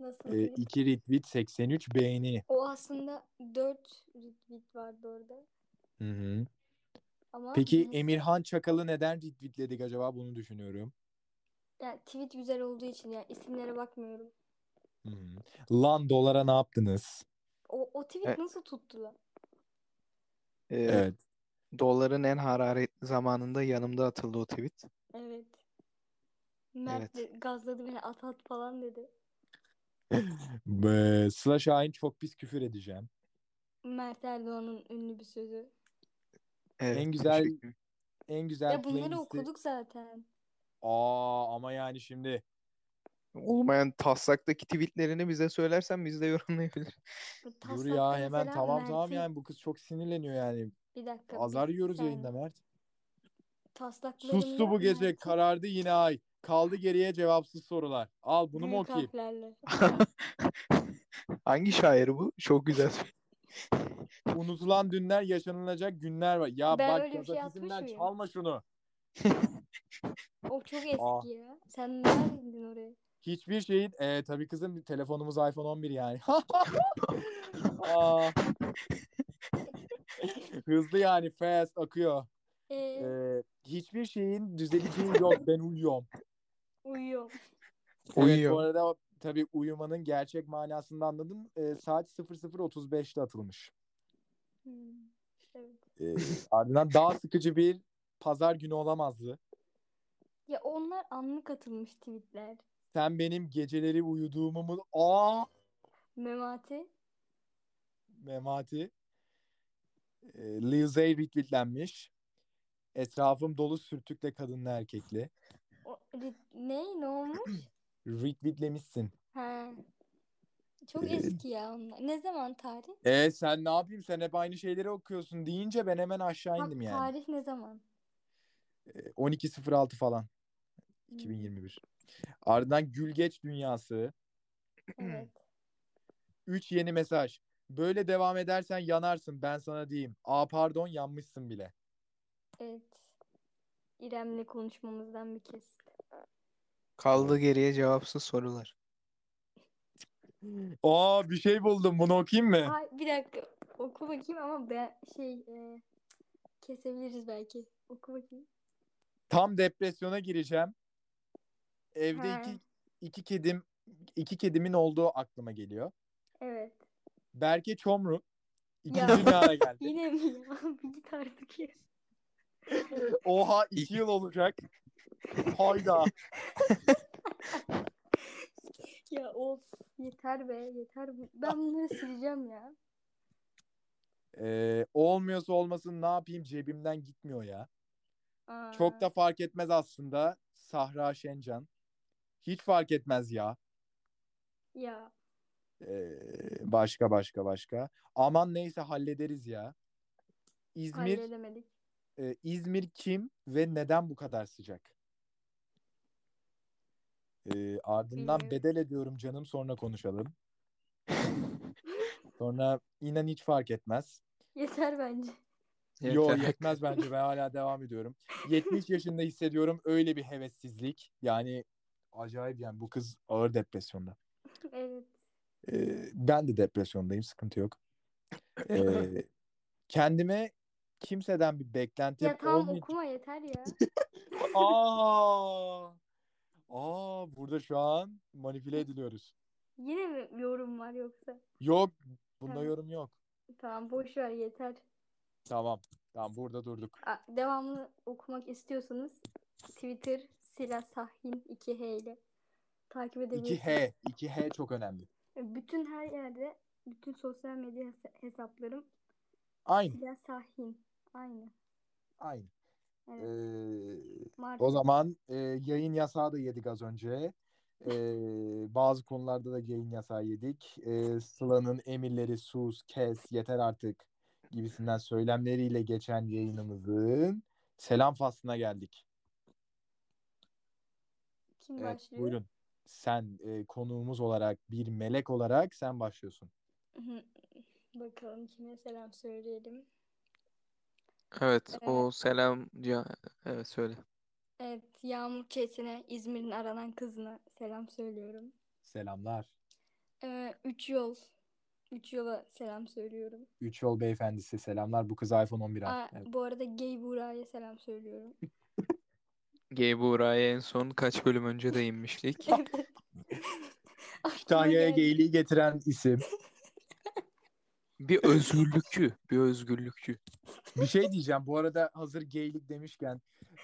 [SPEAKER 3] Nasıl?
[SPEAKER 1] E,
[SPEAKER 3] tweet?
[SPEAKER 1] iki retweet, 83 beğeni.
[SPEAKER 3] O aslında 4 retweet vardı orada.
[SPEAKER 1] Hı hı.
[SPEAKER 3] Ama
[SPEAKER 1] Peki
[SPEAKER 3] birisi-
[SPEAKER 1] Emirhan Çakal'ı neden retweetledik acaba? Bunu düşünüyorum.
[SPEAKER 3] yani tweet güzel olduğu için yani isimlere bakmıyorum.
[SPEAKER 1] Hı hı. Lan dolara ne yaptınız?
[SPEAKER 3] O, o tweet
[SPEAKER 2] Evet.
[SPEAKER 3] nasıl tuttu lan?
[SPEAKER 2] Ee,
[SPEAKER 1] Evet.
[SPEAKER 2] Doların en hararetli zamanında yanımda atıldı o tweet.
[SPEAKER 3] Evet. Mert
[SPEAKER 2] Evet.
[SPEAKER 3] de gazladı beni at at falan dedi.
[SPEAKER 1] Be- Sıla Şahin çok pis küfür edeceğim.
[SPEAKER 3] Mert Erdoğan'ın ünlü bir sözü.
[SPEAKER 2] Evet,
[SPEAKER 1] En güzel
[SPEAKER 2] teşekkür.
[SPEAKER 1] En güzel
[SPEAKER 3] Ya bunları
[SPEAKER 1] playlisti-
[SPEAKER 3] okuduk zaten.
[SPEAKER 1] Aa ama yani şimdi
[SPEAKER 2] Olmayan taslaktaki tweetlerini bize söylersen biz de yorumlayabiliriz. *laughs*
[SPEAKER 1] dur
[SPEAKER 3] Taslak'ta
[SPEAKER 1] ya hemen
[SPEAKER 3] mesela
[SPEAKER 1] tamam tamam
[SPEAKER 3] Mert'in-
[SPEAKER 1] yani bu kız çok sinirleniyor yani.
[SPEAKER 3] Bir dakika.
[SPEAKER 1] Azar
[SPEAKER 3] bir
[SPEAKER 1] yiyoruz
[SPEAKER 3] saniye.
[SPEAKER 1] yayında Mert.
[SPEAKER 3] Taslaklarında
[SPEAKER 1] Sustu bu gece
[SPEAKER 3] Mert'in
[SPEAKER 1] karardı yine ay. Kaldı geriye cevapsız sorular. Al bunu mu
[SPEAKER 3] büyük
[SPEAKER 1] okuyayım?
[SPEAKER 3] harflerle.
[SPEAKER 2] Hangi şair bu? Çok güzel. *laughs*
[SPEAKER 1] Unutulan dünler yaşanılacak günler var. Ya
[SPEAKER 3] Ben
[SPEAKER 1] bak
[SPEAKER 3] öyle bir şey
[SPEAKER 1] gazetesinden
[SPEAKER 3] atmış mıyım?
[SPEAKER 1] çalma şunu.
[SPEAKER 3] O
[SPEAKER 1] *laughs*
[SPEAKER 3] çok eski ya. Sen nereden bildin orayı?
[SPEAKER 1] Hiçbir şeyin e, tabii kızım telefonumuz iPhone 11 yani. *laughs* Aa. *laughs* Hızlı yani fast akıyor. E,
[SPEAKER 3] Ee,
[SPEAKER 1] hiçbir şeyin düzeleceği yok ben uyuyorum.
[SPEAKER 3] uyuyorum.
[SPEAKER 1] Evet, bu
[SPEAKER 2] Uyuyor.
[SPEAKER 1] arada tabii uyumanın gerçek manasını da anladım. E, saat 00.35'te atılmış.
[SPEAKER 3] Hmm, evet.
[SPEAKER 1] E, ardından daha sıkıcı bir pazar günü olamazdı.
[SPEAKER 3] Ya onlar anlık atılmış tweetler.
[SPEAKER 1] Sen benim geceleri uyuduğumu mu... Aa!
[SPEAKER 3] Memati.
[SPEAKER 1] Memati. E, Lil Zey retweetlenmiş. Etrafım dolu sürtükle kadınla erkekli.
[SPEAKER 3] O, ri- ne? Ne olmuş?
[SPEAKER 1] Retweetlemişsin.
[SPEAKER 3] Ha. Çok
[SPEAKER 1] Ee,
[SPEAKER 3] eski ya onlar. Ne zaman tarih?
[SPEAKER 1] E sen ne yapayım sen hep aynı şeyleri okuyorsun deyince ben hemen aşağı
[SPEAKER 3] Tam
[SPEAKER 1] indim yani.
[SPEAKER 3] Tarih ne zaman?
[SPEAKER 1] E, 12.06 falan
[SPEAKER 3] Hmm,
[SPEAKER 1] 2021. Ardından Gülgeç Dünyası.
[SPEAKER 3] Evet.
[SPEAKER 1] 3 yeni mesaj. Böyle devam edersen yanarsın ben sana diyeyim. Aa pardon yanmışsın bile.
[SPEAKER 3] Evet. İrem'le konuşmamızdan bir kesit.
[SPEAKER 2] Kaldı geriye cevapsız sorular.
[SPEAKER 1] Aa bir şey buldum bunu okuyayım mı?
[SPEAKER 3] Ay, bir dakika. Oku bakayım ama ben şey e, kesebiliriz belki. Oku bakayım.
[SPEAKER 1] Tam depresyona gireceğim. Evde
[SPEAKER 3] Ha.
[SPEAKER 1] iki, iki kedim iki kedimin olduğu aklıma geliyor.
[SPEAKER 3] Evet.
[SPEAKER 1] Berke Çomru
[SPEAKER 3] Ya.
[SPEAKER 1] ikinci ne ara
[SPEAKER 3] *laughs*
[SPEAKER 1] geldi?
[SPEAKER 3] Yine mi ya? Bir git artık ya.
[SPEAKER 1] Oha iki yıl olacak. Hayda.
[SPEAKER 3] Ya of. Yeter be. Yeter. bu- Ben bunları sileceğim ya.
[SPEAKER 1] Ee, olmuyorsa olmasın ne yapayım cebimden gitmiyor ya.
[SPEAKER 3] Aa,
[SPEAKER 1] Çok da fark etmez aslında. Sahra Şencan. Hiç fark etmez ya.
[SPEAKER 3] Ya.
[SPEAKER 1] Ee, başka başka başka. Aman neyse hallederiz ya. İzmir
[SPEAKER 3] Halledemedik.
[SPEAKER 1] e, İzmir kim ve neden bu kadar sıcak? Ee, ardından
[SPEAKER 3] Bilmiyorum.
[SPEAKER 1] bedel ediyorum canım sonra konuşalım. Sonra inan hiç fark etmez.
[SPEAKER 3] Yeter bence. *laughs*
[SPEAKER 2] *laughs*
[SPEAKER 1] Yo
[SPEAKER 2] Yeter.
[SPEAKER 1] yetmez bence ben hala devam ediyorum. 70 yaşında hissediyorum öyle bir hevessizlik. Yani acayip yani bu kız ağır depresyonda.
[SPEAKER 3] Evet.
[SPEAKER 1] Ee, ben de depresyondayım sıkıntı yok. Ee, kendime kimseden bir beklentim
[SPEAKER 3] Ya tamam
[SPEAKER 1] olmayacak.
[SPEAKER 3] okuma
[SPEAKER 1] *laughs*
[SPEAKER 3] yeter ya.
[SPEAKER 1] Aa! Aa burada şu an manipüle ediliyoruz.
[SPEAKER 3] Yine mi yorum var yoksa?
[SPEAKER 1] Yok bunda
[SPEAKER 3] Tamam.
[SPEAKER 1] yorum yok.
[SPEAKER 3] Tamam boş ver yeter.
[SPEAKER 1] Tamam. Tamam burada durduk.
[SPEAKER 3] A- Devamlı okumak istiyorsanız Twitter Sila Sahin 2H ile takip edebilirsiniz.
[SPEAKER 1] 2H. 2H çok önemli.
[SPEAKER 3] Bütün her yerde bütün sosyal medya hes- hesaplarım
[SPEAKER 1] Aynı.
[SPEAKER 3] Sila Sahin. Aynı.
[SPEAKER 1] Aynı.
[SPEAKER 3] Evet.
[SPEAKER 1] Ee,
[SPEAKER 3] Mart.
[SPEAKER 1] o zaman e, yayın yasağı da yedik az önce. Ee, bazı konularda da yayın yasağı yedik. Ee, Sıla'nın emirleri sus, kes, yeter artık gibisinden söylemleriyle geçen yayınımızın selam faslına geldik.
[SPEAKER 3] Kim
[SPEAKER 1] Evet,
[SPEAKER 3] başlıyor?
[SPEAKER 1] buyurun. Sen e, konuğumuz olarak bir melek olarak sen başlıyorsun.
[SPEAKER 3] Hı. Bakalım kime selam söyleyelim.
[SPEAKER 2] Evet,
[SPEAKER 3] Ee,
[SPEAKER 2] o selam ya evet söyle.
[SPEAKER 3] Evet, Yağmur Çetin'e İzmir'in aranan kızına selam söylüyorum.
[SPEAKER 1] Selamlar.
[SPEAKER 3] Ee, üç yol. Üç yola selam söylüyorum.
[SPEAKER 1] Üç yol beyefendisi selamlar. Bu kız iPhone 11 al.
[SPEAKER 3] Aa,
[SPEAKER 1] Evet.
[SPEAKER 3] Bu arada Gay Bura'ya selam söylüyorum.
[SPEAKER 2] Gay Buğra'ya en son kaç bölüm önce *laughs* değinmiştik.
[SPEAKER 3] Evet.
[SPEAKER 1] Kütahya'ya
[SPEAKER 3] Ah, Aklıma geldi.
[SPEAKER 1] geyliği getiren isim.
[SPEAKER 2] Bir özgürlükçü, bir özgürlükçü.
[SPEAKER 1] Bir şey diyeceğim. Bu arada hazır geylik demişken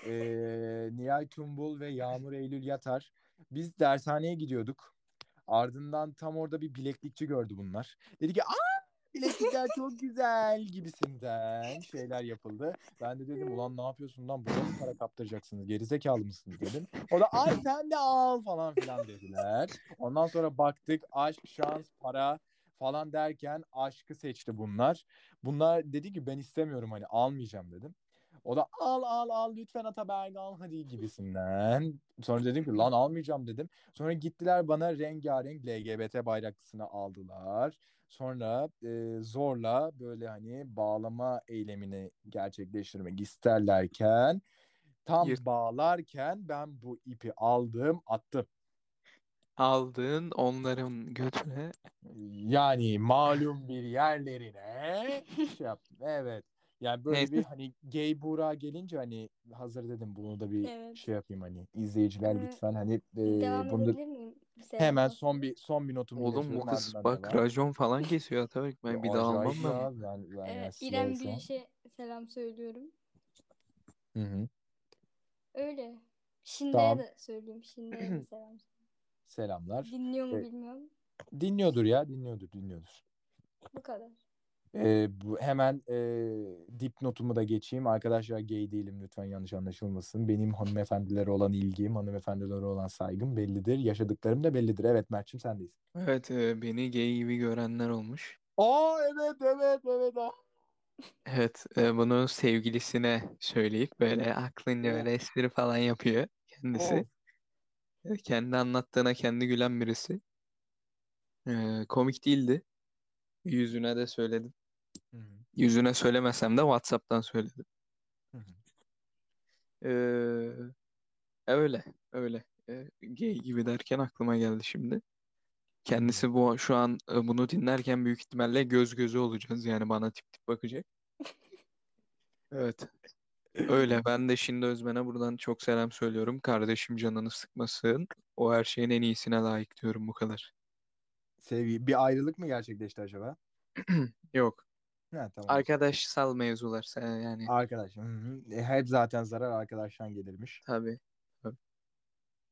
[SPEAKER 1] eee Nihal Tumbul ve Yağmur Eylül Yatar. Biz dershaneye gidiyorduk. Ardından tam orada bir bileklikçi gördü bunlar. Dedi ki aa bileklikler çok güzel gibisinden şeyler yapıldı. Ben de dedim ulan ne yapıyorsun lan burada mı para kaptıracaksınız gerizekalı mısınız dedim. O da ay sen de al falan filan dediler. Ondan sonra baktık aşk, şans, para falan derken aşkı seçti bunlar. Bunlar dedi ki ben istemiyorum hani almayacağım dedim. O da al al al lütfen Ataberk al hadi gibisinden. Sonra dedim ki lan almayacağım dedim. Sonra gittiler bana rengarenk LGBT bayraklısını aldılar. Sonra e, zorla böyle hani bağlama eylemini gerçekleştirmek isterlerken Tam
[SPEAKER 2] Yırt-
[SPEAKER 1] bağlarken ben bu ipi aldım attım.
[SPEAKER 2] Aldığın onların götüne
[SPEAKER 1] Yani malum bir
[SPEAKER 2] *laughs*
[SPEAKER 1] yerlerine şey yaptım. Evet. Yani böyle
[SPEAKER 2] Neyse.
[SPEAKER 1] bir hani gay Buğra gelince hani hazır dedim bunu da bir
[SPEAKER 3] Evet.
[SPEAKER 1] şey yapayım hani izleyiciler
[SPEAKER 3] Evet.
[SPEAKER 1] lütfen hani e,
[SPEAKER 3] Devam
[SPEAKER 1] bunu da
[SPEAKER 3] edebilir miyim? Bir şey
[SPEAKER 1] hemen
[SPEAKER 3] yapmam.
[SPEAKER 1] son bir son bir notumu
[SPEAKER 2] oğlum bu
[SPEAKER 1] iletiyorum
[SPEAKER 2] kız
[SPEAKER 1] ardından
[SPEAKER 2] bak
[SPEAKER 1] devam.
[SPEAKER 2] racon falan kesiyor Atabek ben bir daha
[SPEAKER 1] Acayip
[SPEAKER 2] almam
[SPEAKER 1] ya.
[SPEAKER 2] ben.
[SPEAKER 1] Ben- ben yani
[SPEAKER 3] Evet,
[SPEAKER 1] slow
[SPEAKER 3] İrem
[SPEAKER 1] şu an.
[SPEAKER 3] Güneş'e selam söylüyorum.
[SPEAKER 1] Hı hı.
[SPEAKER 3] Öyle. Şinde'ye
[SPEAKER 1] Tamam.
[SPEAKER 3] de söyleyeyim.
[SPEAKER 1] *clears throat*
[SPEAKER 3] Şinde'ye de selam.
[SPEAKER 1] Selamlar.
[SPEAKER 3] Dinliyor mu
[SPEAKER 1] Evet.
[SPEAKER 3] bilmiyorum.
[SPEAKER 1] Dinliyordur ya, dinliyordur, dinliyordur.
[SPEAKER 3] Bu kadar.
[SPEAKER 1] Ee, bu, hemen e, dipnotumu da geçeyim. Arkadaşlar gay değilim lütfen yanlış anlaşılmasın. Benim hanımefendilere olan ilgim, hanımefendilere olan saygım bellidir. Yaşadıklarım da bellidir. Evet Mert'cim sendeyiz.
[SPEAKER 2] Evet e, beni gay gibi görenler olmuş.
[SPEAKER 1] Aa evet evet evet. aa.
[SPEAKER 2] Evet e, bunu sevgilisine söyleyip böyle aklınca
[SPEAKER 1] Of.
[SPEAKER 2] böyle espri falan yapıyor kendisi.
[SPEAKER 1] Of.
[SPEAKER 2] E, Kendi anlattığına kendi gülen birisi. E, komik değildi. Yüzüne de söyledim.
[SPEAKER 1] Hı hı.
[SPEAKER 2] Yüzüne söylemesem de WhatsApp'tan söyledim.
[SPEAKER 1] Hı hı.
[SPEAKER 2] E, öyle öyle. E, gay gibi derken aklıma geldi şimdi. Kendisi bu şu an e, bunu dinlerken büyük ihtimalle göz göze olacağız. Yani bana tip tip bakacak. Evet. Öyle. Ben de şimdi Özmen'e buradan çok selam söylüyorum. Kardeşim canını sıkmasın. O her şeyin en iyisine layık diyorum bu kadar.
[SPEAKER 1] Sevgi, bir ayrılık mı gerçekleşti acaba?
[SPEAKER 2] Yok.
[SPEAKER 1] Ha, tamam.
[SPEAKER 2] Arkadaşsal mevzular sen yani.
[SPEAKER 1] Arkadaş. Hı hı. E, Hep zaten zarar arkadaştan gelirmiş.
[SPEAKER 2] Tabii.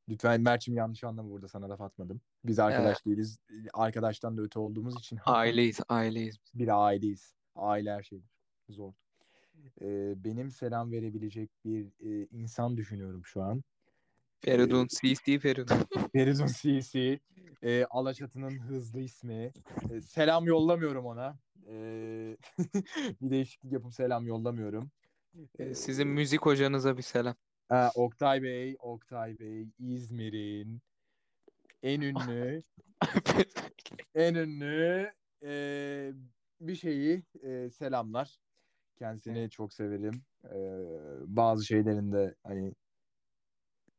[SPEAKER 1] Lütfen Mert'cim yanlış anlama burada sana laf atmadım. Biz arkadaş değiliz. Arkadaştan da öte olduğumuz için
[SPEAKER 2] Aileyiz, aileyiz.
[SPEAKER 1] bir aileyiz. Aile her şeydir. Zor. Ee, benim selam verebilecek bir e, insan düşünüyorum şu an.
[SPEAKER 2] Feridun, CC Feridun.
[SPEAKER 1] Feridun CC. E, Alaçatı'nın hızlı ismi. E, selam yollamıyorum ona. E, *laughs* bir değişiklik yapıp selam yollamıyorum.
[SPEAKER 2] E, Sizin müzik hocanıza bir selam.
[SPEAKER 1] Ha, Oktay Bey, Oktay Bey, İzmir'in en ünlü en ünlü e, bir şeyi e, selamlar. Kendisini çok severim. E, bazı şeylerinde hani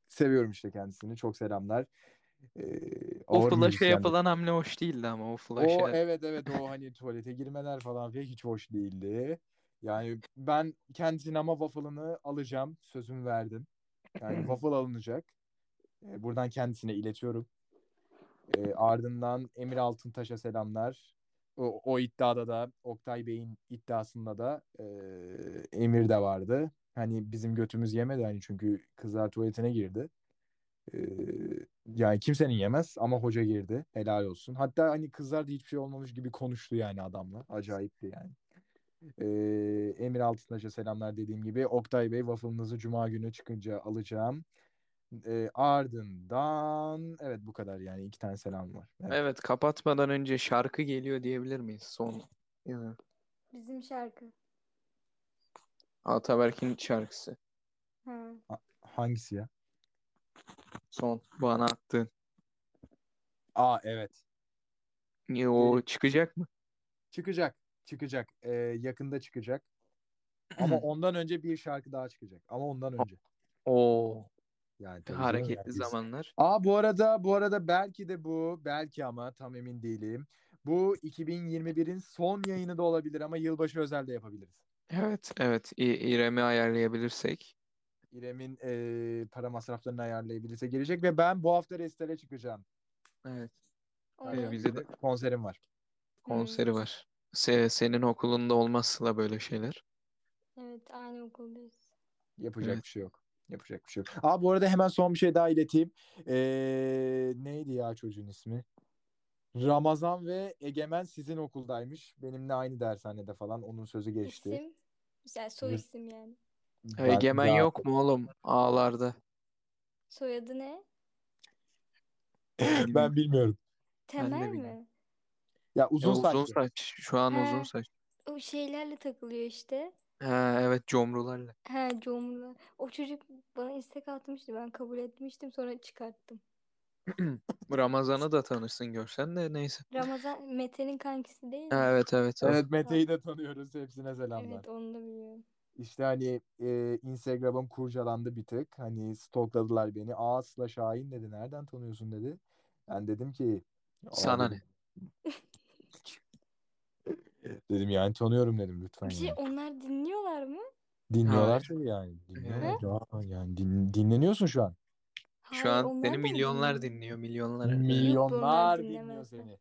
[SPEAKER 1] seviyorum işte kendisini. Çok selamlar. E,
[SPEAKER 2] *laughs* O
[SPEAKER 1] ağır
[SPEAKER 2] flash'a
[SPEAKER 1] müzisyen-
[SPEAKER 2] yapılan hamle hoş değildi ama şey- o
[SPEAKER 1] O
[SPEAKER 2] flash'a.
[SPEAKER 1] evet evet o hani tuvalete girmeler falan filan hiç hoş değildi. Yani ben kendisine ama waffle'ını alacağım. Sözüm verdim. Yani waffle alınacak. E, buradan kendisine iletiyorum. E, ardından Emir Altıntaş'a selamlar. O, o iddiada da Oktay Bey'in iddiasında da e, Emir de vardı. Hani bizim götümüz yemedi hani çünkü kızlar tuvaletine girdi. E, yani kimsenin yemez ama hoca girdi. Helal olsun. Hatta hani kızlar da hiçbir şey olmamış gibi konuştu yani adamla. Acayipti yani. E, Emir Altıntaş'a selamlar dediğim gibi. Oktay Bey waffle'ınızı cuma günü çıkınca alacağım. E, ardından evet bu kadar yani iki tane selam var. Evet.
[SPEAKER 2] Evet, kapatmadan önce şarkı geliyor diyebilir miyiz son? Yani
[SPEAKER 3] Bizim şarkı.
[SPEAKER 2] Ataberk'in şarkısı.
[SPEAKER 3] Ha.
[SPEAKER 1] Hangisi ya?
[SPEAKER 2] Son bana attığın.
[SPEAKER 1] Aa evet.
[SPEAKER 2] Niye o çıkacak mı?
[SPEAKER 1] Çıkacak. Çıkacak. Ee, yakında çıkacak.
[SPEAKER 2] *clears throat*
[SPEAKER 1] Ama ondan önce bir şarkı daha çıkacak. Ama ondan önce.
[SPEAKER 2] Oo,
[SPEAKER 1] Yani tabii canım,
[SPEAKER 2] hareketli
[SPEAKER 1] herkes-
[SPEAKER 2] zamanlar.
[SPEAKER 1] Aa bu arada bu arada belki de bu belki ama tam emin değilim. Bu 2021'in son yayını da olabilir ama yılbaşı özel de yapabiliriz.
[SPEAKER 2] Evet, evet. İ- İrem'i ayarlayabilirsek.
[SPEAKER 1] İrem'in ee, para masraflarını ayarlayabilirse gelecek ve ben bu hafta Restel'e çıkacağım.
[SPEAKER 2] Evet.
[SPEAKER 3] Oley.
[SPEAKER 2] Ee, bize de
[SPEAKER 1] Konserim var.
[SPEAKER 2] konseri var. Se- senin okulunda olmazsa böyle şeyler.
[SPEAKER 3] Evet aynı okuldayız.
[SPEAKER 1] Yapacak
[SPEAKER 2] Evet.
[SPEAKER 1] bir şey yok. Yapacak bir şey yok. Aa bu arada hemen son bir şey daha ileteyim. Ee, neydi ya çocuğun ismi? Ramazan ve Egemen sizin okuldaymış. Benimle aynı dershanede falan. Onun sözü geçti.
[SPEAKER 3] İsim. Yani soy
[SPEAKER 1] Hı.
[SPEAKER 3] isim yani.
[SPEAKER 1] Ben-
[SPEAKER 2] Egemen
[SPEAKER 1] ya-
[SPEAKER 2] yok mu oğlum? Ağlarda.
[SPEAKER 3] Soyadı ne?
[SPEAKER 1] *laughs* Ben bilmiyorum.
[SPEAKER 3] Temel
[SPEAKER 2] bilmiyorum.
[SPEAKER 3] mi?
[SPEAKER 1] Ya uzun
[SPEAKER 2] E, uzun
[SPEAKER 1] saçlı.
[SPEAKER 2] saç. Şu an uzun
[SPEAKER 3] He.
[SPEAKER 2] saç.
[SPEAKER 3] O şeylerle takılıyor işte.
[SPEAKER 2] Ha, evet comrularla.
[SPEAKER 3] He Comla. O çocuk bana istek atmıştı. Ben kabul etmiştim sonra çıkarttım.
[SPEAKER 2] Ramazan'ı da tanırsın görsen de neyse.
[SPEAKER 3] Ramazan Mete'nin kankisi değil mi?
[SPEAKER 2] Ha, evet evet. o.
[SPEAKER 1] Evet Mete'yi de tanıyoruz. Hepsine selamlar.
[SPEAKER 3] Evet onu da biliyorum.
[SPEAKER 1] İşte hani e, Instagram'ım kurcalandı bir tık. Hani stalkladılar beni. Aa Sıla Şahin dedi. Nereden tanıyorsun dedi. Ben dedim ki "Aa,"
[SPEAKER 2] Sana
[SPEAKER 1] dedim. *laughs* Dedim yani tanıyorum dedim lütfen.
[SPEAKER 3] Bir şey
[SPEAKER 1] yani.
[SPEAKER 3] onlar dinliyorlar mı?
[SPEAKER 1] Dinliyorlar tabii yani. Dinliyorlar. Ya, yani din- dinleniyorsun şu an.
[SPEAKER 2] Şu
[SPEAKER 3] Hayır,
[SPEAKER 2] an
[SPEAKER 3] onlar
[SPEAKER 2] beni
[SPEAKER 3] da
[SPEAKER 2] milyonlar
[SPEAKER 3] dinliyor.
[SPEAKER 2] dinliyor. Milyonlar.
[SPEAKER 1] Milyonlar
[SPEAKER 3] bunlar
[SPEAKER 1] dinliyor
[SPEAKER 3] dinlemez.
[SPEAKER 1] seni.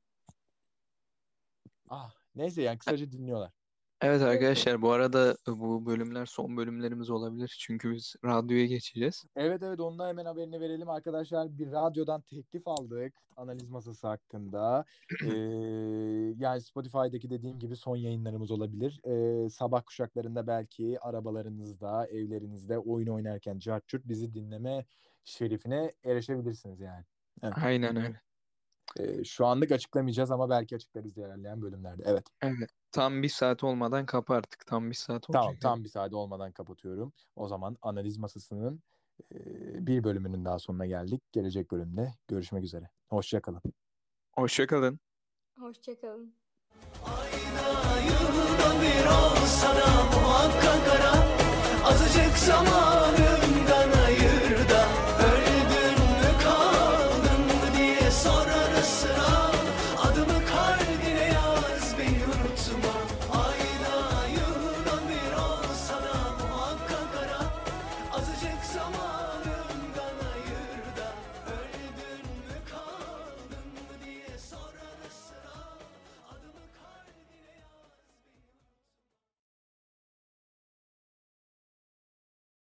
[SPEAKER 1] Ah neyse yani kısaca dinliyorlar.
[SPEAKER 2] Evet arkadaşlar bu arada e, bu bölümler son bölümlerimiz olabilir. Çünkü biz radyoya geçeceğiz.
[SPEAKER 1] Evet evet onunla hemen haberini verelim arkadaşlar. Bir radyodan teklif aldık analiz masası hakkında. Ee, yani Spotify'daki dediğim gibi son yayınlarımız olabilir. Ee, sabah kuşaklarında belki arabalarınızda, evlerinizde oyun oynarken cart curt bizi dinleme şerifine erişebilirsiniz yani.
[SPEAKER 2] Aynen öyle.
[SPEAKER 1] Ee, şu anlık açıklamayacağız ama belki açıklarız ilerleyen bölümlerde. Evet.
[SPEAKER 2] Evet. Tam bir saat olmadan kapı artık. Tam bir saat olacak.
[SPEAKER 1] Tamam, tam bir saat olmadan kapatıyorum. O zaman analiz masasının e, bir bölümünün daha sonuna geldik. Gelecek bölümde görüşmek üzere. Hoşçakalın.
[SPEAKER 2] Hoşçakalın.
[SPEAKER 3] Hoşçakalın.
[SPEAKER 4] Yılda bir olsana muhakkak ara Azıcık zaman